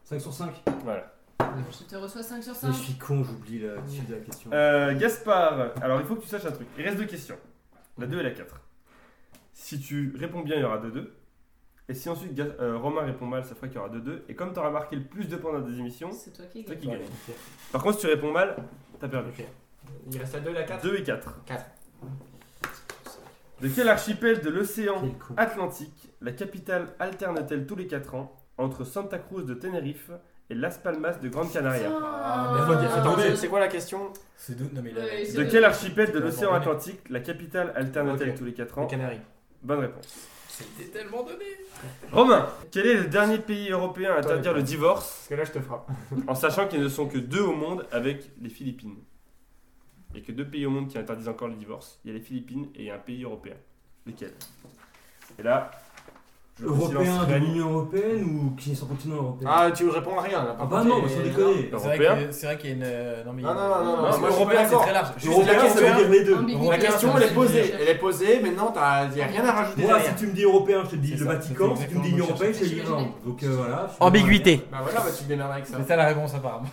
[SPEAKER 1] 5 sur 5.
[SPEAKER 5] Voilà.
[SPEAKER 3] Je te reçois 5 sur
[SPEAKER 1] Je
[SPEAKER 3] 5.
[SPEAKER 1] suis con, j'oublie la suite de la question.
[SPEAKER 5] Euh, Gaspard, alors il faut que tu saches un truc. Il reste deux questions. La 2 et la 4. Si tu réponds bien, il y aura 2-2. Et si ensuite Ga- euh, Romain répond mal, ça fera qu'il y aura 2-2. Et comme tu auras marqué le plus de points dans des émissions,
[SPEAKER 3] C'est toi qui
[SPEAKER 5] c'est toi
[SPEAKER 3] gagne.
[SPEAKER 5] qui gagne. Par contre, si tu réponds mal, t'as perdu.
[SPEAKER 6] Il reste à 2 la 4.
[SPEAKER 5] 2 et 4.
[SPEAKER 6] Quatre.
[SPEAKER 5] De quel archipel de l'océan
[SPEAKER 1] Quel con.
[SPEAKER 5] Atlantique, la capitale alterne-t-elle tous les 4 ans entre Santa Cruz de Tenerife et Las Palmas de Grande Canaria
[SPEAKER 2] Ah,
[SPEAKER 3] mais
[SPEAKER 2] faut dire,
[SPEAKER 3] Ah,
[SPEAKER 2] attendez.
[SPEAKER 6] c'est quoi la question
[SPEAKER 2] C'est deux. Non, mais là.
[SPEAKER 3] Ouais,
[SPEAKER 5] De
[SPEAKER 3] c'est-
[SPEAKER 5] quel archipel de
[SPEAKER 2] C'est
[SPEAKER 5] l'océan
[SPEAKER 2] abandonné.
[SPEAKER 5] Atlantique, la capitale alterne-t-elle
[SPEAKER 6] Ok.
[SPEAKER 5] tous les 4
[SPEAKER 6] Les
[SPEAKER 5] ans
[SPEAKER 6] Canaries.
[SPEAKER 5] Bonne réponse.
[SPEAKER 2] C'était tellement donné.
[SPEAKER 5] Romain, quel est le dernier pays européen à interdire le divorce
[SPEAKER 6] Parce que là, je te frappe.
[SPEAKER 5] en sachant qu'ils ne sont que deux au monde avec les Philippines Il n'y a que deux pays au monde qui interdisent encore le divorce. Il y a les Philippines et il y a un pays européen. Lesquels Et là, Je fais silence
[SPEAKER 1] Européen de
[SPEAKER 5] règne.
[SPEAKER 1] l'Union Européenne ou qui est sur le continent européen
[SPEAKER 6] Ah, tu réponds à rien là.
[SPEAKER 1] Ah
[SPEAKER 6] par
[SPEAKER 1] bah
[SPEAKER 6] contre,
[SPEAKER 1] non,
[SPEAKER 6] t'es-
[SPEAKER 1] mais sans déconner.
[SPEAKER 5] Non.
[SPEAKER 2] C'est vrai
[SPEAKER 5] Européen
[SPEAKER 2] que- C'est vrai qu'il y a une. euh, Non, mais.
[SPEAKER 6] Non, non, non, non,
[SPEAKER 2] Parce
[SPEAKER 6] non,
[SPEAKER 2] que
[SPEAKER 6] moi, je suis pas
[SPEAKER 2] européen, c'est
[SPEAKER 6] d'accord.
[SPEAKER 2] très large. Juste
[SPEAKER 1] Européen,
[SPEAKER 2] la
[SPEAKER 1] ça veut
[SPEAKER 2] question.
[SPEAKER 1] dire les deux.
[SPEAKER 3] Ambiguïté.
[SPEAKER 6] La question elle est posée,
[SPEAKER 3] Ambiguïté.
[SPEAKER 6] elle est posée, mais non, t'as y a rien à rajouter
[SPEAKER 1] Moi, si
[SPEAKER 6] derrière.
[SPEAKER 1] tu me dis européen, je te dis
[SPEAKER 2] C'est
[SPEAKER 1] le
[SPEAKER 2] ça,
[SPEAKER 1] Vatican.
[SPEAKER 2] c'est
[SPEAKER 1] Si tu me dis Union
[SPEAKER 2] exactement
[SPEAKER 1] Européenne, je te dis
[SPEAKER 3] ce que je
[SPEAKER 1] l'Irlande. Donc euh, voilà. je suis-
[SPEAKER 7] Ambiguïté.
[SPEAKER 6] Bah voilà, bah tu te démerdes avec ça.
[SPEAKER 2] C'est ça la réponse apparemment.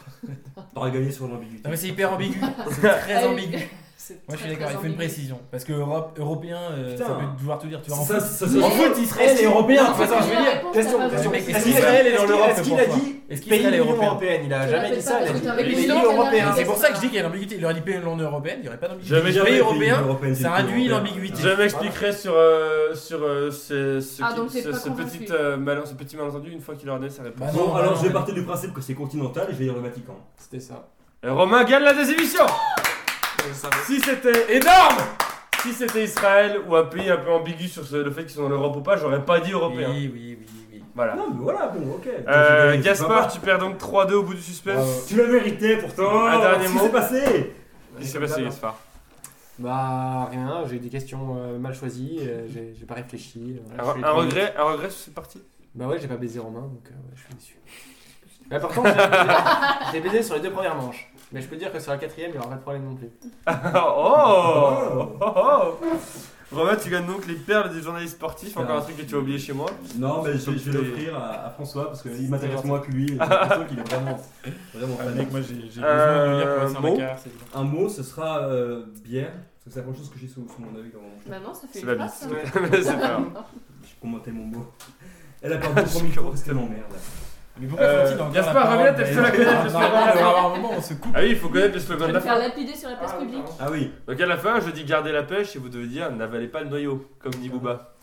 [SPEAKER 1] T'aurais gagné sur l'ambiguïté.
[SPEAKER 2] Non, Ah, mais c'est hyper ambigu. C'est très
[SPEAKER 3] Ah oui.
[SPEAKER 2] ambigu.
[SPEAKER 3] C'est
[SPEAKER 2] Moi je suis
[SPEAKER 3] très,
[SPEAKER 2] d'accord,
[SPEAKER 3] très
[SPEAKER 2] il faut une
[SPEAKER 3] ambigu.
[SPEAKER 2] précision. Parce que Europe, européen, euh,
[SPEAKER 1] Putain.
[SPEAKER 2] ça peut vouloir tout dire. Tu vois, en
[SPEAKER 1] Ça,
[SPEAKER 2] fait-
[SPEAKER 1] ça, ça-
[SPEAKER 3] Mais-
[SPEAKER 1] ça-
[SPEAKER 6] En fait, Israël
[SPEAKER 2] c'est
[SPEAKER 6] est
[SPEAKER 2] européen,
[SPEAKER 6] Non,
[SPEAKER 2] de toute façon,
[SPEAKER 6] attends,
[SPEAKER 2] je
[SPEAKER 6] je
[SPEAKER 2] vais
[SPEAKER 6] vais
[SPEAKER 3] dire.
[SPEAKER 6] dire. Question,
[SPEAKER 3] Le
[SPEAKER 6] question.
[SPEAKER 2] mec,
[SPEAKER 6] Est-ce
[SPEAKER 2] il
[SPEAKER 6] qu'Israël
[SPEAKER 2] s'appelle
[SPEAKER 6] est dans
[SPEAKER 2] Israël
[SPEAKER 6] l'Europe
[SPEAKER 2] pour
[SPEAKER 6] Est-ce qu'il a
[SPEAKER 2] toi
[SPEAKER 6] dit
[SPEAKER 2] Est-ce qu'il
[SPEAKER 6] pays de
[SPEAKER 2] serait
[SPEAKER 6] l'Union
[SPEAKER 2] européen
[SPEAKER 6] européenne Il a
[SPEAKER 3] Tu
[SPEAKER 6] jamais
[SPEAKER 3] l'appelles
[SPEAKER 6] dit
[SPEAKER 3] pas
[SPEAKER 6] ça. Il
[SPEAKER 3] parce
[SPEAKER 6] a
[SPEAKER 3] que t'as un
[SPEAKER 6] dit hein.
[SPEAKER 3] mec
[SPEAKER 6] pays
[SPEAKER 3] blanc,
[SPEAKER 6] européen.
[SPEAKER 3] t'as
[SPEAKER 2] C'est
[SPEAKER 3] l'air
[SPEAKER 2] pour ça que je dis qu'il y a l'ambiguïté. Il aurait dit pays de l'Union européenne, il n'y aurait pas d'ambiguïté.
[SPEAKER 5] Jamais
[SPEAKER 2] Pays
[SPEAKER 5] jamais
[SPEAKER 2] européen,
[SPEAKER 1] Union Européenne, c'est
[SPEAKER 2] ça
[SPEAKER 1] le pays
[SPEAKER 2] réduit
[SPEAKER 1] européen.
[SPEAKER 2] l'ambiguïté.
[SPEAKER 5] Je m'expliquerai sur, euh, sur euh, ce, ce,
[SPEAKER 3] Ah,
[SPEAKER 5] qui-
[SPEAKER 3] donc t'es
[SPEAKER 5] ce-
[SPEAKER 3] pas
[SPEAKER 5] ce
[SPEAKER 3] convaincu.
[SPEAKER 5] petit, euh, malin- ce petit malentendu une fois qu'il aura donné sa réponse.
[SPEAKER 2] Bah non,
[SPEAKER 1] Ah, Bon,
[SPEAKER 2] bah
[SPEAKER 1] alors
[SPEAKER 2] non,
[SPEAKER 1] je vais
[SPEAKER 2] mais-
[SPEAKER 1] partir du principe que c'est continental et je vais dire le Vatican.
[SPEAKER 6] C'était ça.
[SPEAKER 5] Euh, Romain gagne la désémission
[SPEAKER 6] Je le savais.
[SPEAKER 5] Si c'était énorme Si c'était Israël ou un pays un peu ambigu sur ce- le fait qu'ils sont dans l'Europe ou pas, j'aurais pas dit européen.
[SPEAKER 2] Oui, oui, oui, oui.
[SPEAKER 5] Voilà.
[SPEAKER 1] Ah, Non, mais voilà, bon, ok.
[SPEAKER 5] Euh,
[SPEAKER 1] J'ai gagné, c'est
[SPEAKER 5] Gaspard,
[SPEAKER 1] sympa.
[SPEAKER 5] tu perds donc 3-2 au bout du suspense.
[SPEAKER 1] Tu l'as mérité pourtant.
[SPEAKER 5] Un dernier
[SPEAKER 1] Qu'est-ce
[SPEAKER 5] mot.
[SPEAKER 1] qui s'est passé
[SPEAKER 5] Qu'est-ce qui s'est passé, Gaspard
[SPEAKER 6] Bah rien, j'ai eu des questions euh, mal choisies, euh, j'ai j'ai pas réfléchi. euh,
[SPEAKER 5] un,
[SPEAKER 6] je suis
[SPEAKER 5] un
[SPEAKER 6] étonné.
[SPEAKER 5] regret, un regret sur cette partie
[SPEAKER 6] Bah ouais, j'ai pas baisé Romain, donc euh, ouais, je suis déçu. Bah par contre, j'ai- j'ai baisé sur les deux premières manches. Mais je peux dire que sur la quatrième, il y aura pas de problème non plus.
[SPEAKER 5] oh, oh, oh. Romain, tu gagnes donc les perles des journalistes sportifs, encore un truc que tu as oublié chez moi.
[SPEAKER 1] Non, mais je, je vais l'offrir à, à François parce qu'il m'intéresse moins que lui. et J'ai l'impression qu'il est vraiment,
[SPEAKER 6] Ah,
[SPEAKER 1] vraiment fan.
[SPEAKER 2] moi j'ai
[SPEAKER 5] besoin de
[SPEAKER 2] Euh,
[SPEAKER 5] lui dire comment faire ma
[SPEAKER 2] carrière.
[SPEAKER 1] Un mot, ce sera euh, bière. Parce que c'est la première chose que j'ai sous, sous mon avis. Dans mon...
[SPEAKER 3] Bah non, ça fait
[SPEAKER 5] C'est
[SPEAKER 3] une
[SPEAKER 5] la
[SPEAKER 3] place.
[SPEAKER 5] bise.
[SPEAKER 3] hein.
[SPEAKER 5] Mais c'est pas grave.
[SPEAKER 1] J'ai commenté mon mot. Elle a perdu son micro parce qu'elle m'emmerde.
[SPEAKER 2] Mais pourquoi
[SPEAKER 5] Euh,
[SPEAKER 2] faut-il en
[SPEAKER 5] Gaspard,
[SPEAKER 2] garder la
[SPEAKER 5] reviens,
[SPEAKER 2] parole
[SPEAKER 5] t'es le seul à connaître le
[SPEAKER 2] Normalement,
[SPEAKER 5] slogan de la
[SPEAKER 2] il va y
[SPEAKER 5] fin.
[SPEAKER 2] avoir un moment où on se coupe.
[SPEAKER 5] Ah oui, il faut connaître le
[SPEAKER 3] Je
[SPEAKER 5] slogan
[SPEAKER 3] vais
[SPEAKER 5] de
[SPEAKER 3] me
[SPEAKER 5] la
[SPEAKER 3] faire
[SPEAKER 5] fin.
[SPEAKER 3] lapider sur la place publique.
[SPEAKER 1] Ah oui,
[SPEAKER 5] Donc à la fin, je dis gardez la pêche et vous devez dire n'avalez pas le noyau, comme dit Booba.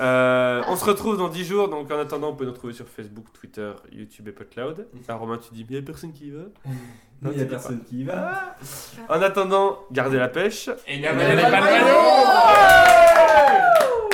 [SPEAKER 5] Euh, on se retrouve dans 10 jours, donc en attendant, vous pouvez nous retrouver sur Facebook, Twitter, YouTube et PodCloud. Ah, Romain, tu dis, mais il n'y a personne qui y va. Non,
[SPEAKER 1] il n'y a
[SPEAKER 5] tu dis
[SPEAKER 1] personne qui y va.
[SPEAKER 5] pas. En attendant, gardez la pêche.
[SPEAKER 6] Et il
[SPEAKER 3] n'avalez pas le maillot.
[SPEAKER 5] Ouais